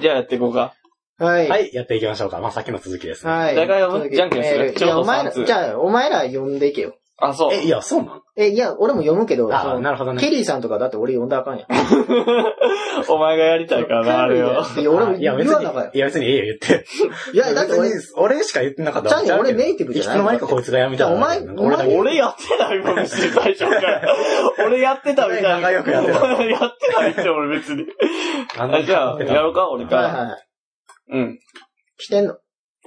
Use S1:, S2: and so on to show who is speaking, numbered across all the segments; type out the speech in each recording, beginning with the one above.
S1: じゃあやっていこうか。
S2: はい。
S3: はい、やっていきましょうか。まあ、さっきの続きですね。
S2: はい。
S1: だからじゃんけんする
S2: メール
S1: ちょう
S2: いや、
S1: ど
S2: お前ら、
S1: 三通
S2: じゃあ、お前ら読んでいけよ。
S1: あ、そう。
S3: え、いや、そうなん
S2: え、いや、俺も読むけど、
S3: あ
S2: その
S3: なるほどね
S2: ケリーさんとかだって俺読んだらあかんやん。
S1: お前がやりたいからな、あれを。
S2: いや、俺も
S3: いや、
S2: 言
S3: 別
S2: わなあかんやん
S3: に、いや、別にいいよ、言って。
S2: いや、だって俺、
S3: 別に俺しか言ってなかった
S2: じゃあね俺ネイティブじゃない
S3: つの間にかこいつがやみたいな。
S2: お前
S3: なんか
S2: お前
S3: 俺だけ。
S1: 俺やってないもん、別に最初から。俺やってたみたいな。
S3: お前仲良くやってた
S1: お前やってないって、俺別に。
S3: なん
S1: あ
S3: だ
S1: じゃあ、やろうか、俺
S2: はい
S1: か。
S2: はい。
S1: うん。
S2: 来てんの。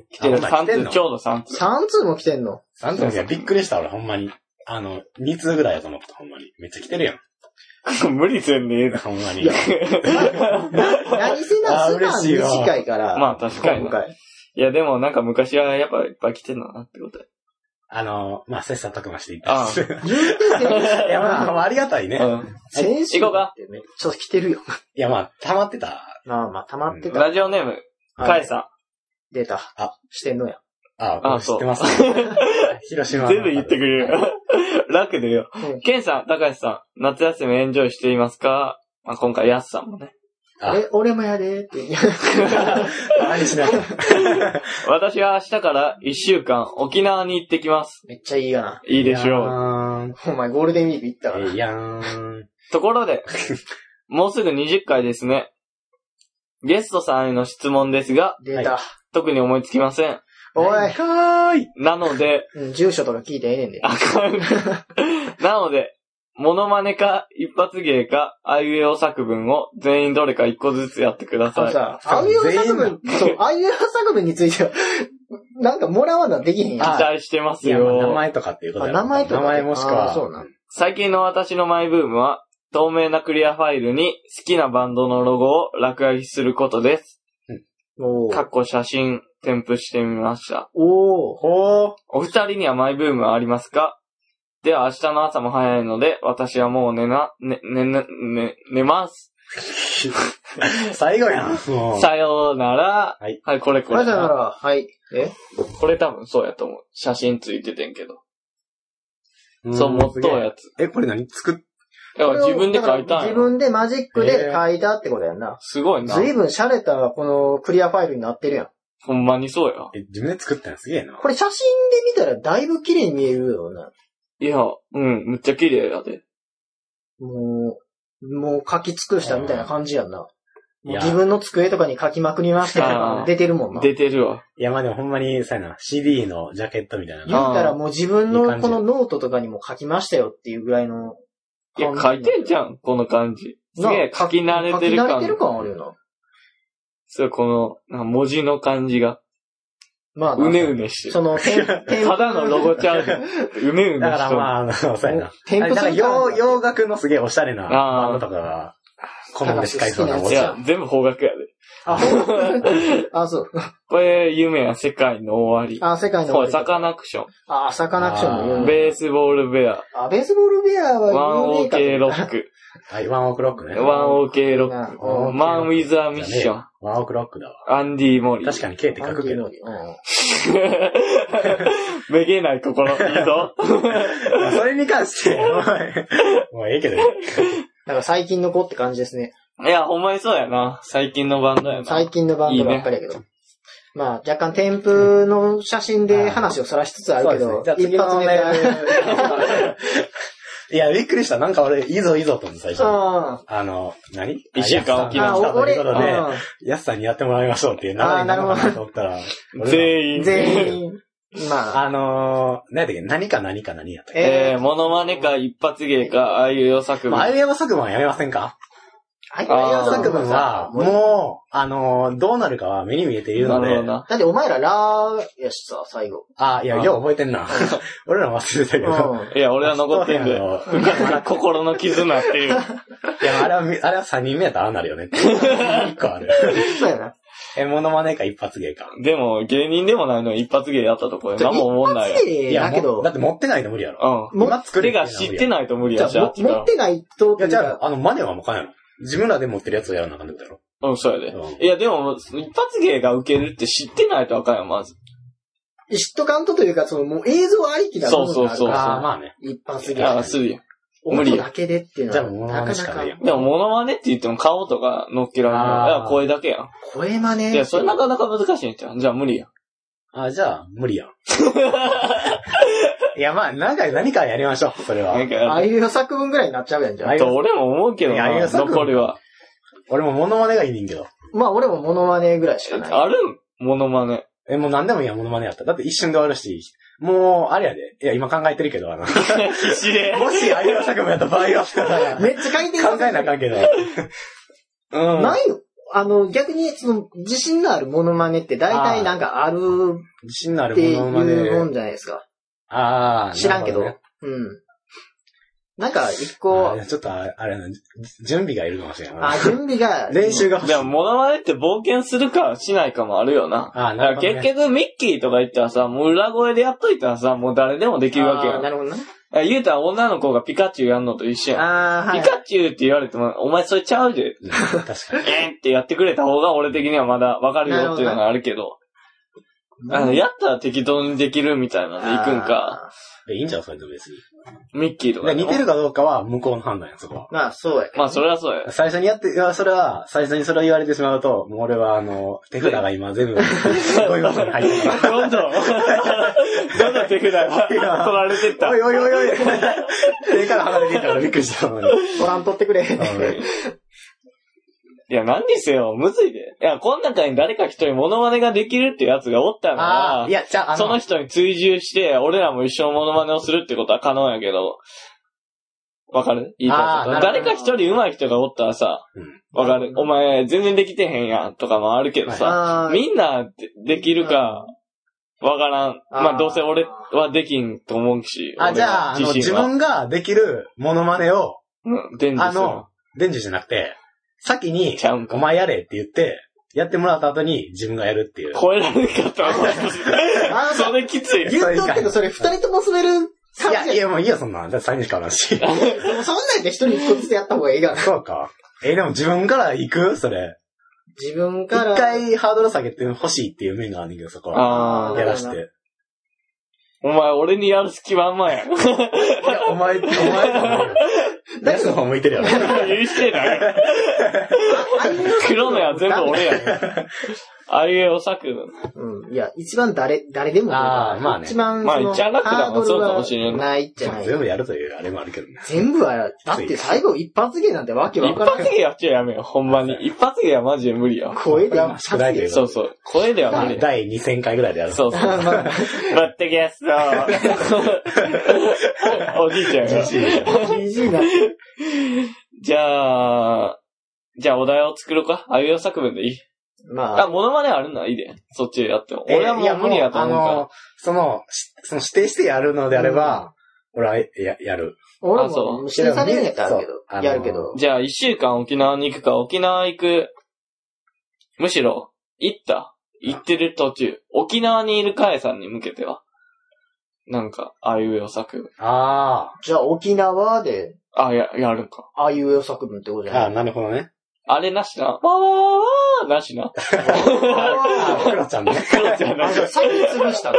S1: 来てる。
S3: あほんま来てん
S1: 3
S3: の
S1: 通、ちょうど3通。
S2: 3通も来てんの。
S3: なんともいや、びっくりした、俺、ほんまに。あの、2通ぐらいやと思った、ほんまに。めっちゃ来てるやん。
S1: 無理せんねえな。
S3: ほんまに。
S2: いや何せな、
S3: あ
S2: 素直
S3: 嬉しいわ
S2: 短いか ら。
S1: まあ確かに
S2: 今回。
S1: いや、でもなんか昔はやっぱいっぱい来てんだなってことや。
S3: あの、まあ、切磋琢磨していったんです。い
S2: 言うてて、
S3: や、 まあ、まあありがたいね。
S1: うん。
S2: 先週。
S1: 行こうか。
S2: めっちゃ来てるよ。
S3: いや、まあ、溜まってた。
S2: まあまあ、溜まってた。
S1: ラジオネーム、カエさ
S2: 出た。
S3: あ
S2: してんのや。
S3: あ、
S1: あ
S3: あ知ってます。 広
S1: ん。
S3: 島。
S1: 全部言ってくれる。 楽でよ
S2: うん。
S1: ケンさん、高橋さん、夏休みエンジョイしていますかまあ今回、ヤスさんもね。
S3: あ
S2: え、俺もやでーって。 いや
S3: 何しない
S1: 私は明日から1週間沖縄に行ってきます。
S2: めっちゃいいやな。
S1: いいでし
S3: や
S1: ょう。
S3: ーん。
S2: お前ゴールデンウィーク行ったから。
S3: えいやーん。
S1: ところ で、もうすぐ20回ですね。ゲストさんへの質問ですが、
S2: 出た。
S1: 特に思いつきません。
S2: おい、
S3: はーい。
S1: なので、
S2: うん、住所とか聞いてええねんで。
S1: あか ん。なので、モノマネか、一発芸か、あいうえお作文を全員どれか一個ずつやってくだ
S2: あ
S1: さ
S2: の
S1: い。
S2: さ、あいうえお作文、そう、あいうえお作文については、 なんかもらわなできへんやん。
S3: あ
S1: 期待してま
S3: い
S1: す
S3: や、まあ名
S1: よ。
S3: 前とかっていうこと
S2: あ
S3: や
S2: 名前とか。
S3: 名前もしく
S2: あ
S3: は。
S2: そうなん。
S1: 最近の私のマイブームは、透明なクリアファイルに好きなバンドのロゴを落書きすることです。
S2: お
S1: か
S2: ー
S1: っこ写真添付してみました。
S2: おー
S3: ほ
S1: お二人にはマイブームはありますかでは明日の朝も早いので、私はもう寝な、寝、寝、寝、寝寝ます。
S3: ー。最後やん。もう
S1: さようなら。
S3: はい。
S1: これこ
S2: これ
S1: れ。
S2: だから、はい。え
S1: これ多分そうやと思う。写真ついててんけど。
S3: ん
S1: そう、もっとうやつ。
S3: え、これ何作っ、
S1: いや自分で書いた
S2: だから
S1: ん
S2: 自
S1: や。
S2: 分でマジックで書いたってことやんな。
S1: すごいな
S2: ず。いぶん洒落た、このクリアファイルになってるやん。
S1: ほんまにそうや。
S3: え、自分で作ったのすげえな。
S2: これ写真で見たらだいぶ綺麗に見えるよな。
S1: いや、うん、むっちゃ綺麗やで。
S2: もう、もう書き尽くしたみたいな感じやんな。
S3: い
S2: もう
S3: や
S2: 自分の机とかに書きまくりましたとか
S1: あー
S2: 出てるもんな。
S1: 出てるわ。
S3: いや、まあでもほんまに、さやな、CD のジャケットみたいな
S2: 言
S3: の。
S2: ったらもう自分の
S3: あー
S2: このノートとかにも書きましたよっていうぐらいの。
S1: いや、書いてんじゃん、この感じ。すげえ、書き慣れてる
S2: 書き慣
S1: 感
S2: れてる感あるよな。
S1: そう、この、なんか文字の感じが、
S2: まあな、
S1: うねうねしてる
S2: その、添付添付
S1: ただのロゴちゃう ねん。うねう
S3: だ
S1: ね
S3: か
S1: し
S3: ら
S1: と
S3: ま
S1: る。
S3: あ、あの、さやな。
S2: 添付す
S3: あれだから
S2: る感
S3: 洋、洋楽のすげえおしゃれな
S1: あー
S3: バンドとかが、好んで使いそうな
S2: あ
S3: もん
S1: い
S2: じゃ
S1: や
S2: ん、
S1: 全部方角やで。
S2: あ、ほんあ、そう。
S1: これ、有名な世界の終わり。
S2: あ、世界の
S1: こ
S2: 終わ
S1: れ、
S2: り
S1: サカナクショ
S2: あ、サカナクションの
S3: う
S2: 有
S1: ン。
S3: ん
S2: 名。
S1: ベースボールベア。
S2: あ、ベースボールベア
S1: ワン
S2: は有
S1: オ
S2: 名
S1: ー
S2: か
S1: ケーロック。
S3: はい、ワンオクロックね。
S1: ワンオーケーロッ
S2: な
S3: ワン
S1: ク。
S3: オーケーロック
S1: マン・ウィズ・ア・ミッション。
S3: ワンオクロックだわ。
S1: アンディ・モリー。
S3: 確かに K って書くけど。
S2: うん
S1: めげない心。いいぞ。
S3: まあそれに関して、 お前もうええけど。
S2: なんか最近の子って感じですね。
S1: いや、ほんまにそうやな。最近のバンドやな。
S2: 最近のバンドばっかりやけど。まあ、若干添付の写真で話をさらしつつあるけど、
S3: そうですね
S2: 一
S3: じゃあ
S2: 発
S3: 次の
S2: 目
S3: メ
S2: で。
S3: ール いや、びっくりした。なんか俺、いいぞいいぞと思って最初。
S2: あ
S3: あの、何
S1: 一週間起き
S2: ー
S1: の
S2: あ、
S3: あやすさん
S2: お
S3: が来
S2: 俺、
S3: たということで、やすさんにやってもらいましょうっていう流れになるのかなと思ったら、俺ら
S1: 全
S2: うん
S1: 員。
S2: 全員、まあ、
S3: あのー、何やったっけ何か何か何やったっ
S1: えー、モノマネか一発芸か、ああいう予
S3: け
S1: 作
S3: まあ、ア
S1: 文。
S3: イエオ作文はやめませんか
S2: はい
S1: あー
S3: アイエオ作文は、
S2: う、
S3: もう、あのー、どうなるかは目に見えている
S1: な
S3: の
S1: るほど
S3: で、
S1: な。
S2: だってお前らラーやしさ、最 後。
S3: あ、いや、
S1: あ
S3: よう覚え てんな。俺ら忘れたけ
S2: うん。
S3: ど。
S1: いや、俺は残ってんだよ。
S3: よ。
S1: 心の絆っていう。
S3: いや、あれはみ、あれは3人目やったらああなるよねっ て。一個ある。
S2: そうやな。
S3: え、モノマネか一発芸か。
S1: でも、芸人でもないのに一発芸やったとこで何も思んないよ。
S2: いや、だけ
S3: も
S2: ど
S3: うだ、って持ってないと無理やろ。
S1: う
S2: も
S3: 今
S1: ん。
S3: 作
S1: 手
S3: れ
S1: が知って
S3: い。
S1: ないと無理
S2: じゃ
S1: やし、あ
S2: あ
S1: っち
S2: 持
S1: が
S2: ってないと、
S3: いや、じゃあ、あの、マネはもうかんやろ。自分らで持ってるやつをやらなあかんってことやろ。
S1: うん、そうやで。
S3: うん
S1: いや、でも、一発芸が受けるって知ってないとあかんよ、まず。
S2: 嫉妬感とというか、その、もう映像ありきだ
S1: そうそうそう
S3: ああ、まあね。
S2: 一発
S1: い
S2: 芸。
S1: や、するよ。無理
S2: 音だけでっていうの
S3: じゃあ
S2: は、
S3: もう
S2: なか
S3: し
S2: な
S3: か
S2: か
S3: ないやん。
S1: でも、モノマネって言っても顔とか乗っけられる
S3: あー
S1: いや、声だけや
S2: 声真似。
S1: ん。いや、それなかなか難しいんちゃうじゃあ無理やん。
S3: あ、じゃあ、無理やん。いや、まあ、何か、何かやりましょう、それは
S1: な。んか
S2: ああ
S1: や
S2: いう予作文ぐらいになっちゃうやんじゃん
S3: あ。
S1: と俺も思うけど
S3: いやい
S1: な、
S3: やそう
S1: 残りは。
S3: 俺もモノマネがいいねんけど。
S2: まあ俺もモノマネぐらいしかない。
S1: あるんモノマネ。
S3: え、もう何でもいいや、モノマネやったら。だって一瞬で終わるし、もう、あれやで。いや、今考えてるけど、あの、も
S1: 必死 で。
S3: し、ああいうの作文やった場合は、
S2: めっちゃ回転
S3: 考えなあかんけど。うん。
S2: ないのあの、逆に、その、自信のあるモノマネって大体なんかある
S3: 自信のあ
S2: っ
S3: る
S2: てい
S3: モノ
S2: う
S3: マ
S2: もん
S3: ネ。
S2: じゃないですか。
S3: ああ、
S2: 知らんけど。
S3: なる
S2: うん。なんか、一
S3: ほどね
S2: 個
S3: あーい、やちょっとあ、あれやな、じ準備がいるかもしれんな
S2: あ、
S3: い。
S2: 準備が、
S3: 練習が欲しい
S1: でも、モノマネって冒険するかしないかもあるよな。
S3: あ
S1: だ
S3: あ、な
S1: から
S3: るほど、ね。
S1: 結局、ミッキーとか言ったらさ、もう裏声でやっといたらさ、もう誰でもできるわけ
S2: あーな
S1: よ。
S2: るほどね。
S1: 言うたら女の子がピカチュウやんのと一緒やん。
S2: あー、は
S1: ピ
S2: い。
S1: カチュウって言われても、お前それちゃうで、
S3: うん確かに。
S1: えんってやってくれた方が俺的にはまだわかるよっていうのがあるけど、あの、やったら適当にできるみたいなのでいくんか、
S3: えいいんじゃ ん、それでも別に。
S1: ミッキーとか
S3: で
S1: でも
S3: 似てるかどうかは向こうの判断や、そこは。
S2: あー。まあ、そうやけど。
S1: まあ、それはそうや。
S3: 最初にやって、いや、それは、最初にそれを言われてしまうと、もう俺は、あの、手札が今全 部、ゴミ箱に入ってるか
S1: どんどん、どんどん手札が取られてっ
S3: ら。
S1: た
S3: お。いおいおいおい手から離れていったからびっくり したのに。
S2: ご覧取ってくれ。
S1: いや、何にせよ、むずいで。いや、この中に誰か一人モノマネができるってやつがおった
S2: あ
S1: ら
S2: ーい、や、じゃあ、あ
S1: その
S2: の、
S1: 人に追従して、俺らも一生モノマネをするってことは可能やけど、わかる言いたい
S2: あー
S1: こと
S2: なるほど
S1: 誰か一人上手い人がおったらさ、
S3: うん
S1: わかるお前、全然できてへんやんとかもあるけどさ、
S2: あー
S1: みんなでできるか、わからん。
S2: あー
S1: まあ、どうせ俺はできんと思うし。
S3: あ、じゃあ、あ
S1: 俺
S3: の、
S1: は自
S3: 自
S1: 身は。
S3: 分ができるモノマネを、
S1: うん、伝
S3: あ
S1: 授する。
S3: の、伝授じゃなくて、先に
S1: ち、ゃうん
S3: お
S1: か。
S3: 前やれって言って、やってもらった後に自分がやるっていう。
S1: 超えられなかったわ。
S2: あ
S1: それきつい。
S2: 言っとくけど、それ二人とも滑る
S3: い
S2: 感
S3: や、
S2: じ
S3: い
S2: や
S3: や、もういいよ、そんなん。だって3人しかおらんし。
S2: ん。でもそんなんで一人一個ずつやった方がいいから。
S3: そうか。 え、でも自分から行くそれ。
S2: 自分
S3: 一
S2: から。
S3: 回ハードル下げて欲しいっていう面があるんだけど、そこは。
S1: あ
S3: や
S1: あ。
S3: らして。
S1: お前、俺にやる隙はあんまや。
S3: いや、お前、お前、ダスの方向いてるやろ。
S1: 許してない。
S2: ああいうの
S1: 黒のや全部俺やん。あいうえお作文。
S2: うん。いや、一番誰、誰でも
S3: あーまあね
S2: 一番、
S1: まあ
S2: その
S1: 一番楽だ
S2: ハードル
S1: そう
S2: が
S1: かもしれん
S2: ないじゃない。
S3: 全部やるというあれもあるけどね。
S2: 全部はや、だって最後一発芸なんてわけわ
S1: 一
S2: から
S1: 発
S2: ん。
S1: 芸やっちゃやめよ、ほんまに。一発芸はマジで無理や。
S2: 声で一
S3: こ
S2: 発
S3: れは
S2: 芸。
S1: そうそう。声では無理。
S3: 第2000回ぐらいでやる。
S1: そうそう。バ
S2: まあ
S1: ッテゲスト。おじいちゃんが。
S2: GG な。
S1: じゃあ、じゃあお題を作ろうか。あいうえお作文でいい
S2: ま
S1: あ、
S2: あ、
S1: モノマネあるんならいいで。そっちでやっても。
S3: え
S1: 俺はも
S3: いや
S1: う無理やと思う
S3: あ
S1: か
S3: の、その、しその指定してやるのであれば、俺はや、やる。
S2: 俺
S1: あそう
S2: も指定されるんやったらあるけ
S3: そうあの
S2: ど、やるけど
S1: ら。。じゃあ、一週間沖縄に行くか、沖縄行く。むしろ、行った。行ってる途中。沖縄にいるカエさんに向けては。なんか、あいうえお作文。
S3: あ
S2: じゃあ沖縄で、
S1: あ、や、やるんか。
S2: ああいうえお作文ってことじ
S3: あ。
S2: ゃ
S3: あ
S2: な
S3: あ、
S2: い
S3: なるほどね。
S1: あれなしな。わーわーわーなしな。
S3: ああ、クロちゃんね。
S1: クロちゃんな
S2: あ、
S1: し
S2: じゃあ先に潰したの。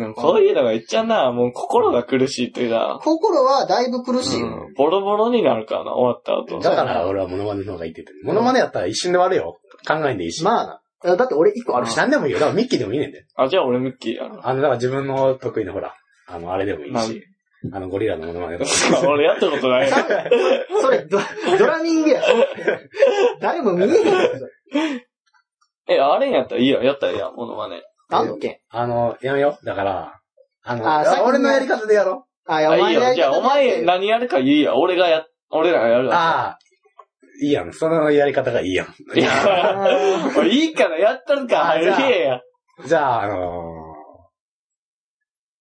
S1: でもこういうのが言っちゃうな。もう心が苦しいというな。
S2: 心はだいぶ苦しい。
S1: うんボロボロになるからな、終わった後。
S3: だから俺はモノマネの方がいいって言ってる。モノマネやったら一瞬で終わるよ。考えんでいいし。
S2: まあな。だって俺一個あ
S3: あ
S2: る
S3: の、
S2: し。
S3: 何でもいいよ。だからミッキーでもいいねんで。
S1: あ、じゃあ俺ミッキーやる。
S3: あの、だから自分の得意のほら、あの、あれでもいいし。あの、ゴリラのモノマネと か。
S1: 俺やったことない。
S2: それド、ドラミングや。誰も見えへんや んそれ。
S1: え、あれやったらいいや、やったらいいや、モノマネ。
S2: 何の件
S3: あの、やめよう。だから、あの、
S2: あさっきの
S3: 俺のやり方でやろ
S2: あ、や
S1: あ、
S2: ばい
S1: いいよ。じゃあ、お前
S2: な。
S1: 何やるかいいや。俺がや、俺らがやる
S3: う。
S1: わ。
S3: ああ、いいやん。そのやり方がいいやん。
S1: いや、もういいからやったるか、
S3: あ
S1: 入
S3: じ
S1: る
S3: ゃあ
S1: へや。
S3: じゃあ、あのー、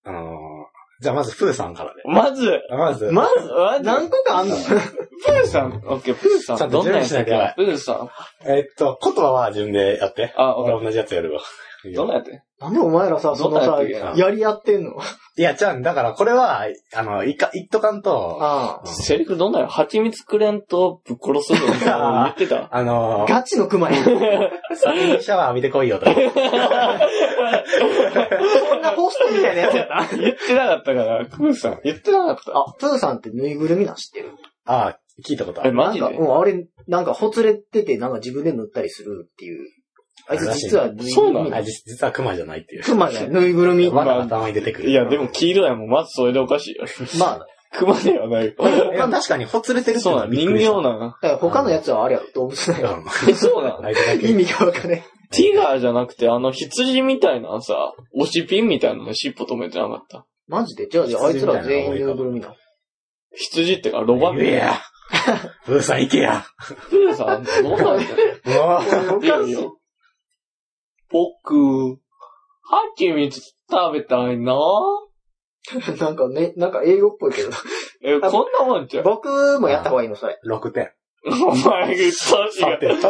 S3: あのー、じゃあまず、プーさんからで。
S1: まず、
S3: まず、
S1: まず、まず、
S2: 何個かあんの
S1: プーさん。オッケー、プーさ
S3: ちゃ
S1: ん。
S3: んと
S1: どんなやつ
S3: 準備しなきゃ
S1: か。プーさん。
S3: えっと、言葉は自分でやって。
S1: あ、オッケー
S3: 俺同じやつやるわ。い
S1: どん
S3: や
S1: なやって
S2: なんでお前らさ、そのさ、
S1: どんなやつ
S2: や
S1: や
S2: り合ってんの
S3: いや、じゃあ、だからこれは、あの、いか、言っとかんと、
S2: あ
S3: うん
S1: セリフどんなよ蜂蜜くれんとぶっ殺すぞみたいなの言ってた
S3: あ
S2: あ。
S3: の、
S2: ガチの熊や。
S3: 先にシャワー浴びてこいよとか。
S2: そんなホストみたいなやつやった。
S1: 言ってなかったから、クーさん。言ってなかった。
S2: あ、プーさんってぬいぐるみなん知ってる
S3: ああ、聞いたことあ
S1: え、
S3: る。
S1: マジ
S2: なんか、
S1: で
S2: うん、あれ、なんかほつれてて、なんか自分で塗ったりするっていう。あいつ実はぬいぐ
S1: そう
S2: る
S1: な
S2: み
S1: の
S3: あ、じ実は熊じゃないっていう。
S2: 熊じゃん、ぬいぐるみ。ま
S3: ま
S2: あ、
S3: だ頭に出てくる。
S1: いや、でも黄色やもん。まずそれでおかしいよ。
S2: だか
S1: 熊ではないよ。
S3: いや、確かにほつれてるって い
S1: そう
S3: の
S1: な
S3: は
S1: の
S3: びっ
S1: 人
S3: くり
S1: 形
S3: した
S1: なの
S2: ら他のやつはあれや、動物だよ。
S1: え、 そうなの
S3: うんあいつだけ
S2: 意味がわかんない。
S1: ティガーじゃなくて、あの羊みたいなさ、押しピンみたいなのに尻尾止めてなかった。
S2: マジでじゃあ、じゃあ、あいつら全員ぬいぐるみなの。
S1: 羊ってか、ロバみたい
S3: 言え
S1: な。
S3: や。ブーさん行けや。
S1: プーさん、ロバみ たいな。
S3: うわ
S2: おかしい。
S1: 僕、蜂蜜食べたいな
S2: なんかね、なんか英語っぽいけど。
S1: え、こんなもんじゃん。
S2: 僕もやった方がいいの、それ。
S3: 6点。
S1: お前、うっそし
S3: 3
S1: が。
S3: 点と。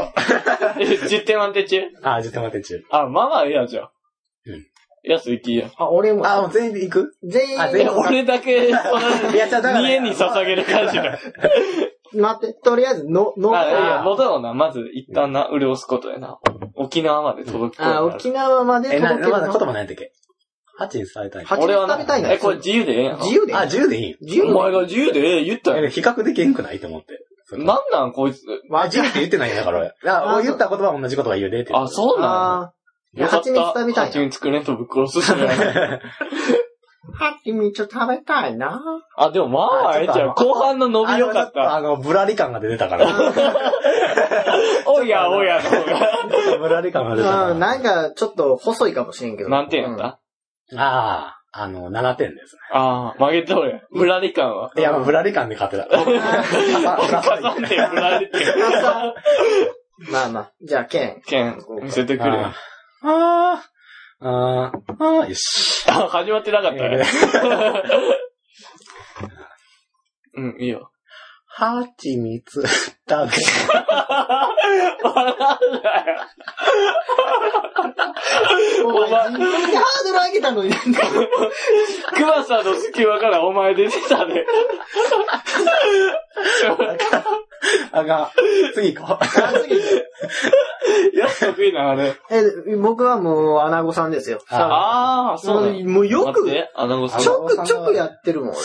S1: え、10点満点中
S3: あ、10点待って中。
S1: あ、まあまあ、いやじゃん。
S3: うん。
S1: やすいきや。
S2: あ、俺も。
S3: あ、もう全員行く
S2: 全員
S3: あ
S1: え、
S3: 全員
S1: 俺だけ、その、
S3: いや、じゃあだから。
S1: 家に捧げる感じだ。
S2: 待って、とりあえず、の、の、
S1: あ、いや、
S2: あ、
S1: 戻ろうな。まず、一旦な、潤すことやな。沖縄まで届くことやな
S2: あ沖縄まで
S3: え、な、
S2: 届ける
S3: まだ
S2: の
S3: 言。葉ないんだっけ ?8 にされたい。
S2: 蜂
S1: 俺は
S2: 蜜
S1: な
S2: 食べたいな。
S1: え、これ自由でええやん。
S2: 自由で。
S3: あ、10でいい
S2: 自由で
S1: お前が自由でええ言ったや
S3: え、比較できんくないと思って。
S1: ん。なんなん、こいつ。
S2: まあ、
S3: 10って言ってないんだから俺。 あ、
S2: あ
S3: 俺言った言葉は同じことが言うでって。
S1: あ、そうな
S2: あ
S1: んよかった
S2: 蜂蜜食べたいな
S1: 蜂蜜くれんとぶっ殺すし な
S2: ー、蜂蜜食べたいな。
S1: あ、でもまあ、
S3: あ
S1: ええ
S3: ちょっと
S1: じゃん。後半の伸びよかっ
S3: あの。
S1: た。
S3: あの、ぶらり感が出てたから。
S1: おやおやの方が。
S3: ぶらり感が
S2: う
S3: 出てたから。
S2: ん、なんか、ちょっと細いかもしれんけど。
S1: 何点やっ
S2: うん
S1: た
S3: ああ、あの、7点です
S1: ああ、曲げとるやん。ぶらり感は。
S3: ね。いや、ぶらり感で勝てた。
S1: かさんでぶらり感。
S2: まあまあ、じゃあ、剣。
S1: 剣、見せてくれよ。
S3: ああー、あーあー、よし。
S1: あ、始まってなかったね。うん、いいよ。
S3: はちみつ食べ
S1: 笑うなよ。
S2: お前、ハードル上げたのに、なんか
S1: 熊さんの隙間からお前出てたね。
S3: あかん。次行こう。
S1: やつ得意なあれ。
S2: え、僕はもう、アナゴさんですよ。
S3: あ
S1: ああ、そうね。
S2: もうよ
S1: 待っ
S2: く、
S1: て、アナゴさん。
S2: ちょくちょくやってるもん、俺。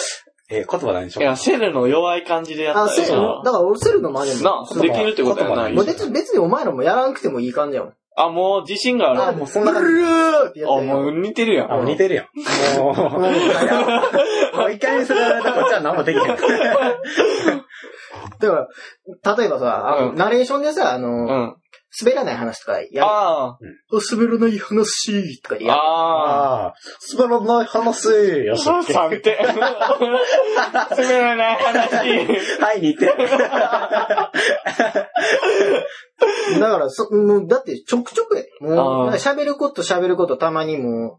S3: えー、言葉何でし
S1: い
S3: ょう
S1: や、セルの弱い感じでやった
S2: あ、セルの、
S1: よ
S2: だから俺セルの真似
S1: な。な
S2: も。
S1: あ、できるってことやな
S3: 言葉
S1: い
S3: な
S2: もう別に別にお前らもやらなくてもいい感じやもん。
S1: あ、もう自信があ
S3: あ、
S1: る。
S3: もうそんな感じ。
S2: ルーってやっ
S1: あ、
S2: てるよ
S1: もう似てるや。
S3: あ、もうん似てるやん。もう、もう一回見せられたこっちは何もできない。
S2: だから、例えばさ、あの
S1: うん
S2: ナレーションでさ、あ
S1: う
S2: の、
S1: ん。
S2: 滑らない話とかやる。あ、
S1: あ
S2: 滑らない話とかで
S1: あ、
S2: やる。
S1: ああ。
S3: ああ、滑らない話。よし。は
S1: 3点。 滑らない話。
S3: い、似てる。
S2: だから、そ、もう、だってちょくちょくやで。もう、
S1: あー
S2: だから喋ること喋ることたまにもう、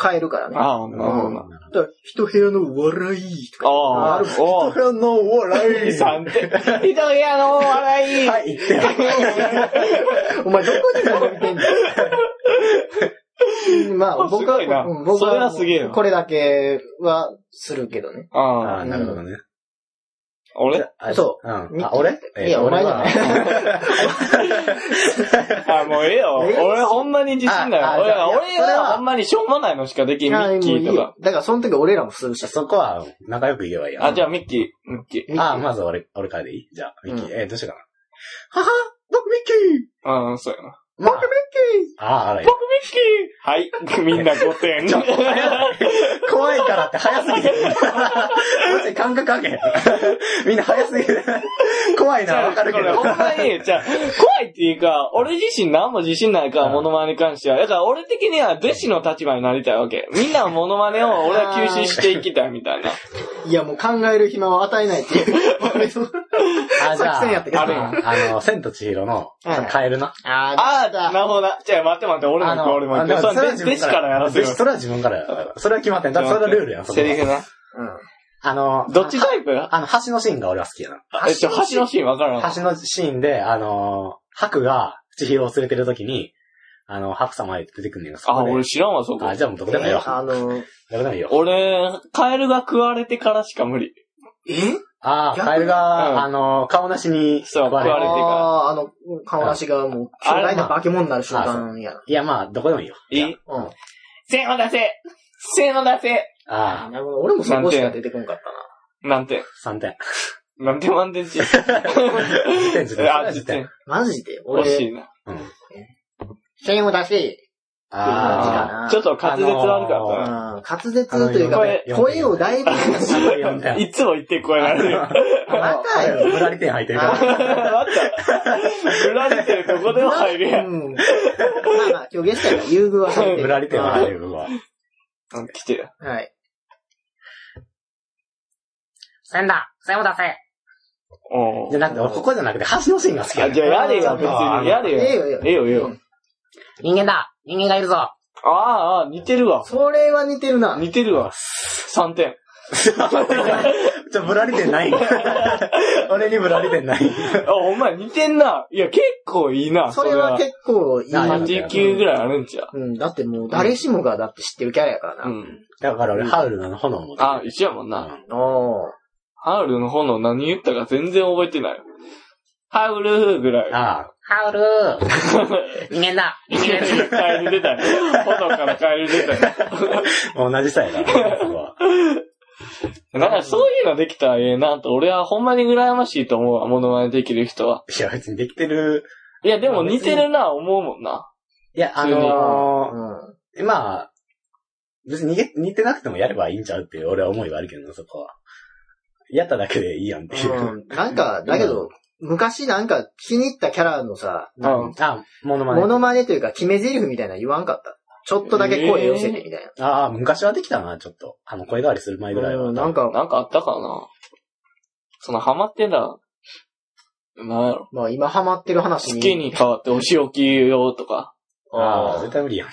S2: 変えるからね。だか
S1: ああ、なるほどな。
S2: ら、一部屋の笑いとか。
S1: ああ、おう。
S3: らの笑い。
S1: 3点。ひどいやの、笑い。
S3: はい、言ってる。
S2: お前どこに並べてんのうんまあ、
S1: あ
S2: 僕
S1: す
S2: は、
S1: ごいな
S2: うん僕
S1: それはすげえな
S2: これだけはするけどね。
S1: あ
S3: あ
S1: あ
S3: あ、、なるほどね。。
S1: 俺
S2: そう
S3: うん。
S2: ミッ
S3: あ、
S2: キー
S3: 俺えー
S2: いや、お前じゃない。
S1: あ、もうええよ。
S2: え
S1: 俺ほんまに自信ない
S3: ああ
S1: 俺
S3: じゃあ
S1: は、
S3: い
S1: 俺
S3: やそれは
S1: はほんまにしょうもないのしかできん、ミ
S2: あ
S1: ッキーとか。
S2: だから、その時俺らもするし。
S3: そこは仲良く言えばいいやん。
S1: あ、じゃあミッキー、ミッキー。
S3: あ、まず俺、俺からでいいじゃあ、ミッキー。
S2: う
S3: えー、どうしようかな。はは僕ミッ
S1: うん、そうやな。
S3: キー僕ミッキーああ、あれ。
S1: ミッキーはい、みんな5点。
S3: ちょ怖いからって早すぎ る。マジで感覚かけ。みんな早すぎる。怖いな、わかるけ
S1: これ
S3: ど。
S1: ほんまに、じゃあ怖いっていうか、俺自身何も自信ないから、
S3: うん
S1: モノマネに関しては。だから俺的には弟子の立場になりたいわけ。みんなのモノマネを俺は吸収していきたいみたいな。
S2: いや、もう考える暇を与えないって いう。
S3: あ、じゃ
S2: 作戦やって
S3: あ、あの、あの千と千尋の
S2: うん、
S3: カエルな。
S2: あ
S1: ああ、なるほどな。じゃあ待って待って、俺も行
S3: あ
S1: く、
S3: の
S1: 俺も行
S3: あだ
S1: く。
S3: か
S1: そ
S3: ら
S1: れ弟子弟子からやらせよ
S3: 弟子それは自分からやる。それは決まってん。だからそれはルールやん、そこ
S1: セ
S3: は
S1: リフな。
S2: う
S3: あの、
S1: どっちタイプ
S3: あの、橋のシーンが俺は好きやな。
S1: えっと、橋のシーンわからん。
S3: 橋のシーンで、あの、白が千尋を連れてるときに、あの、白さまで出てくんねんが、そ
S1: あ、
S3: こで。
S1: 俺知らんわ、そこ
S3: あ、。じゃあもうどこでもいい
S2: え
S3: よ。
S2: あの、
S3: どこでもいいよ。
S1: 俺、カエルが食われてからしか無理。
S2: え
S3: ああ、
S2: 逆に
S3: カエル
S1: うん
S3: が、あの、顔なしに
S1: そう
S3: 食われ
S1: 食われ
S3: る。
S1: てから
S2: ああ、あの、顔なしがもう、巨大な化け物になる瞬間や
S3: いや、まあ、どこでもいいよ。
S1: い
S3: じゃ
S1: い
S2: な。うん。
S1: せーの出せせーの出せ
S3: ああ
S2: なるほど。俺もそこしか出てこんかっ
S1: なんて。
S3: あ、3点。
S1: なんて満点し。
S3: 10点、10点。
S1: あ、10点。。
S2: たな。マジで
S1: 惜し
S2: 俺、
S1: いな。
S3: うん。
S2: 剣を出し、
S3: ああ、
S1: ちょっと滑舌悪
S2: う
S1: かっ
S2: ん、滑舌というか、
S1: 声
S2: 声をだい ぶ、
S3: 4
S1: たな。
S3: 点。
S1: いつも言って声があるよ。
S2: またよ。
S3: 無駄に点入ってるか
S1: ま
S3: ら。
S1: た、振られてるとこでも入るやん。
S2: うん。まあまあ、今日ゲストやから優遇はされて る。
S3: 無駄に点は入るわ。
S1: うん来てる。
S2: はい。
S3: 千だ千を出せ
S1: お
S3: じゃ
S1: う
S3: なくて、俺ここじゃなくて、橋のシーンが好きや
S1: あ、
S3: ねん
S1: じゃあやれよ、別に。やれ
S2: え
S1: よ。
S2: えよ、
S1: え
S2: ええ
S1: え
S2: よ。
S1: よ、ええよ。
S3: 人間だ人間がいるぞ
S1: ああ、ああ似てるわ。
S2: それは似てるな。
S1: 似てるわ。3点。
S3: ちょ、ぶらり点ない。俺にぶらり点ない。
S1: あ、お前似てんな。いや、結構いいな。
S2: それは結構いい。
S3: あ
S1: 89ぐらいあるんちゃ
S2: うん、だってもう誰しもがだって知ってるキャラやから
S1: う。う
S2: な。
S1: ん。
S3: だから俺、ハウルの炎も。
S1: あ、一緒やもん
S3: う
S1: な。
S3: ん
S2: おー。
S1: ハウルの炎何言ったか全然覚えてない。ハウルぐらい。
S3: ああ。ハウルー人間だ
S1: いやいやカエル 出たよ。炎からカエル出たよ。
S3: 同じさやから、そこ は。
S1: なんかそういうのできたらええなと、俺はほんまに羨ましいと思うわ、モノマネできる人は。
S3: いや、別にできてる。
S1: いや、でも似てるな、思うもんな。
S3: いや、あ
S2: う
S3: の
S2: ん。
S3: ー、まあ、別に似て似てなくてもやればいいんちゃうっていう、俺は思いはあるけどな、そこは。やっただけでいいやんっていう。
S2: うん。なんか、だけど、昔なんか気に入ったキャラのさ、
S1: う
S2: モ
S1: ん。
S3: あ、モノマネ。
S2: ノマネというか決め台詞みたいなの言わんかった。ちょっとだけ声寄せてみたい
S3: ああ、昔はできたな、ちょっと。あの、声変わりする前ぐら
S2: な。
S3: い
S2: う
S3: は。
S2: ん、なんか、
S1: なんかあったかな。そのハマってた、なんやろ。
S2: まあ今ハマってる話
S1: 好
S2: に。
S1: きに変わってお仕置きよとか。
S3: ああ、
S2: あ
S3: 絶対無理 やん。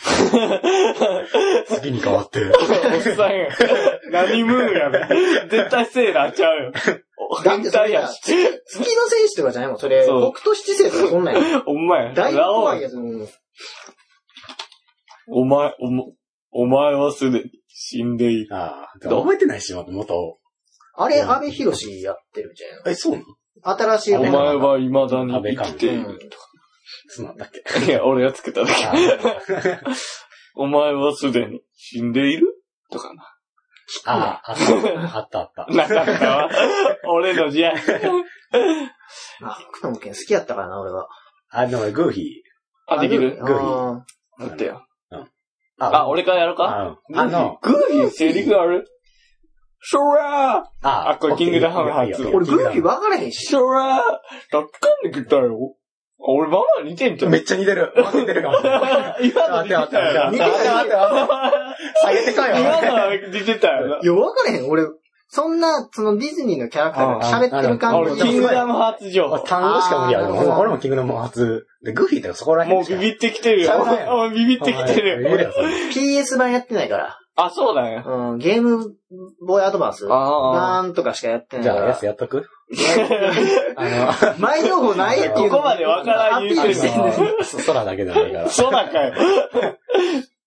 S3: 好きに変わってる。
S1: おっさんや。 何ムーンやね絶対セーラーちゃうよ。
S2: だって
S1: 変
S2: それ
S1: 態やし。
S2: 月の戦士とかじゃないもん。それ、
S1: そう
S2: 北斗七星とかそんなん や。
S1: お前、
S2: だいぶ
S1: ラオ
S2: 怖
S1: ウ
S2: いやつ。うん
S1: お前、おも、お前はすでに死んでいる。
S3: ああ、でも覚えてないし、元。
S2: あれ、
S3: うん
S2: 安倍博士やってるじゃん。
S3: え、そうなの
S2: 新しい
S1: お前
S2: ね
S1: は未だに生きてい
S2: 安倍
S1: る。
S3: そうなんだっけ。
S1: いや、俺がつけただけ。
S3: あー
S1: お前はすでに死んでいるとかな。
S3: あー、あった、あった、あった。
S1: なかった わ。俺の試合。
S2: まあ、北斗の剣好きやったからな、俺は。
S3: あ、でも、グーフィ
S1: あ、できる
S3: グーフィー
S2: あ
S1: 待ってよ。
S3: ー。
S1: あ、、俺からやろうか
S3: あうんあの、
S1: グーフィーセリフあるそらー
S3: あ
S1: あこれキングダムハーツ
S3: いい
S2: ー
S3: よ
S2: 俺、グーフィー分からへんし。
S1: そらーだっかんできたよ。あ俺、ママ似てんじゃん。
S3: めっちゃ似てる。似てるかも。
S1: 今の
S3: 待っ
S1: 似
S3: て待ってて
S1: たよ
S3: 待って待って
S1: な。
S3: 待って待って。下げてか
S1: 今
S3: よ。
S1: のは似てたよな。
S2: いや、分からへん。俺、そんな、そのディズニーのキャラクターが喋ってる
S3: あ
S1: あ
S2: 感
S1: 俺、
S2: じの
S1: キングダムハーツ情報。
S3: 単語しか無理や
S2: あ
S3: る。
S2: ー
S3: 俺も俺もキングダムハーツ。で、グーフィーってそこら
S1: も
S3: 辺
S1: うビビってきてるよ。
S3: ちゃうなよ
S1: お前ビビってきてるよ。
S3: 無理やそれ
S2: PS 版やってないから。
S1: あ、そうだよ。
S2: うん、ゲームボーイアドバンス
S1: ああ。
S2: 版とかしかやってない
S3: じ
S2: か
S3: ゃあ、や
S2: ら
S3: つ。やっとくあの、
S2: 前情報ないっていうの
S1: ここまで分からん言う
S2: アピールしてんねん
S3: あのそ空だけじゃないから。
S1: そうだかよ。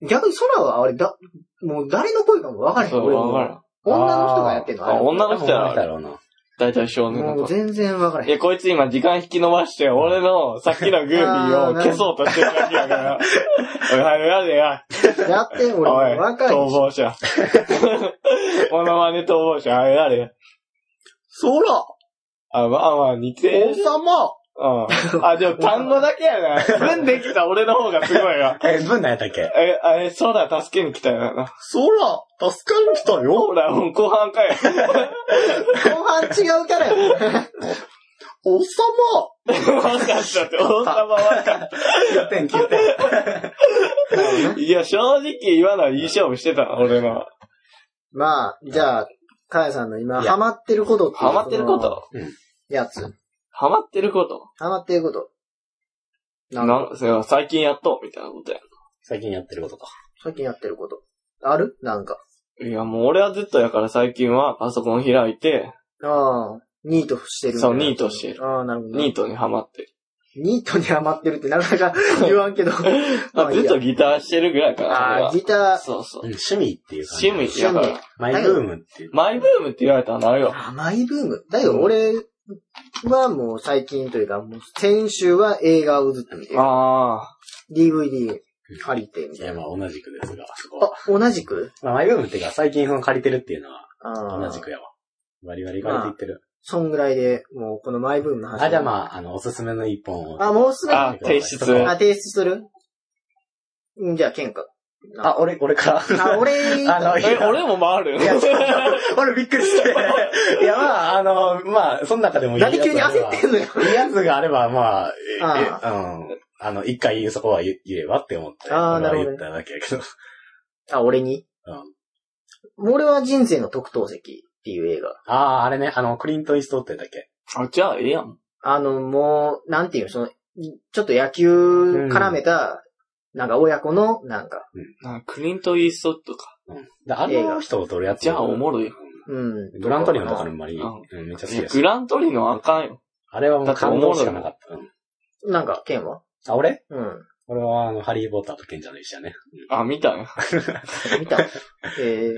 S2: 逆に空はあれだ、もう誰の声かも分からへん。
S1: そう、
S2: 俺も
S1: わかる。
S2: 女の人がやってんのあ
S1: あ、
S2: れ。
S1: 女の人
S3: だ
S1: は、
S3: ろうな。
S1: だいたい少年の
S2: もう
S1: 子。
S2: 全然分から
S1: い
S2: へん。
S1: や、こいつ今時間引き伸ばして、俺のさっきのグーフィーを消そうとしてるだけやから。おい、早やでや。
S2: やって、俺、
S1: おい、
S2: 分からへん
S1: 逃
S2: し。
S1: 亡者。 モノマネ逃亡者、早やで。
S3: 空
S1: あ、まあまあ、似てる。
S3: 様
S1: うん。あ、でも単語だけや な。文できた俺の方がすごいわ。
S3: え、文何やったっけ
S1: え、あれ、ソーダ助けに来たよな。
S3: 空助かる来たよ
S1: ほら、もう後半かよ。
S2: 後半違うキャラや
S3: 王様
S1: 分かったって、王様分かっ
S3: !9 点9点。
S1: た。いや、正直今のはいい勝負してたな、俺の。
S2: まあ、じゃあ、かやさんの今、
S3: いや
S2: ハマってることっていう
S1: ハマってるこ
S2: その
S1: と
S2: やつ。
S1: ハマってること
S2: ハマってること。な
S1: なん
S2: か、
S1: んそれは最近やっとうみたいなことや。
S3: 最近やってることか。
S2: 最近やってること。あるなんか。
S1: いや、もう俺はずっとやから最近はパソコン開いて、
S2: ああ、ニートしてるみたいな。
S1: そうニートして
S2: る。ああ、なるほど。
S1: ニートにハマってる。
S2: ニートにハマってるってなか なか言わんけど。ま
S1: あ、
S2: あいい
S1: ず
S2: や
S1: っとギターしてるぐらいか
S2: あ
S1: な
S2: あ、
S1: それ
S2: ギタ
S1: は。
S2: ー、
S1: そうそう。
S3: 趣味っていう感じ。
S1: 趣味、やから。
S3: マイブームっていう。
S1: マイブームって言われたらなるよ。
S2: あマイブーム。だよ、俺はもう最近というか、もう先週は映画をずっと見てる、
S1: あ
S2: DVD 借りてみ
S3: い
S2: たいな。
S3: や、まあ同じくですが、そこ
S2: あ
S3: は。、
S2: 同じく
S3: まあマイブームっていうか、最近その借りてるっていうのは
S2: ああ
S3: 同じくやわ。割り割り借りていってる。
S2: そんぐらいで、もうこのマイブームの話。
S3: あ、じゃあまあ、あの、おすすめの一本を。
S2: あ、もうすぐ。あ、
S1: あ、提出。
S2: 提出するんじゃあ、喧 嘩。
S3: あ、俺、俺から。
S2: あ、俺、
S3: あの、
S1: あ。
S3: いや
S1: え、俺も回る
S3: いや、ちょっと、俺びっく りして。いや、まあ、あの、まあ、その中でもいい
S2: なんで急に焦ってんのよ。
S3: ていいやつがあれば、まあ、え
S2: あ
S3: えうん。あの、一回そこは言言えばって思って、
S2: あー
S3: 俺
S2: な
S3: は
S2: るほど
S3: 言っただけやけど。
S2: あ、俺にもう俺は人生の特等席っていう映画。
S3: ああ、あれね、あの、クリント・イーストウッドやったっけ
S1: あ、じゃあ、ええやん。
S2: あの、もう、なんていうの、その、ちょっと野球絡めた、なんか親子の、なんか、
S1: なんかクリント・イーストウッドか。
S3: であの人を撮るやつ。
S1: じゃあ、おもろいよ。
S2: うん。
S3: グラントリノとかのまり、
S1: う
S3: うんめっちゃ好きです
S1: グ。ラントリノあかんよ。
S3: あれはもう感動しかなかった。うん
S2: なんか、剣は
S3: あ、俺
S2: うん。
S3: 俺は、あの、ハリー・ポッターと賢者の石やね。
S1: あ、見たんや。
S2: 見た。え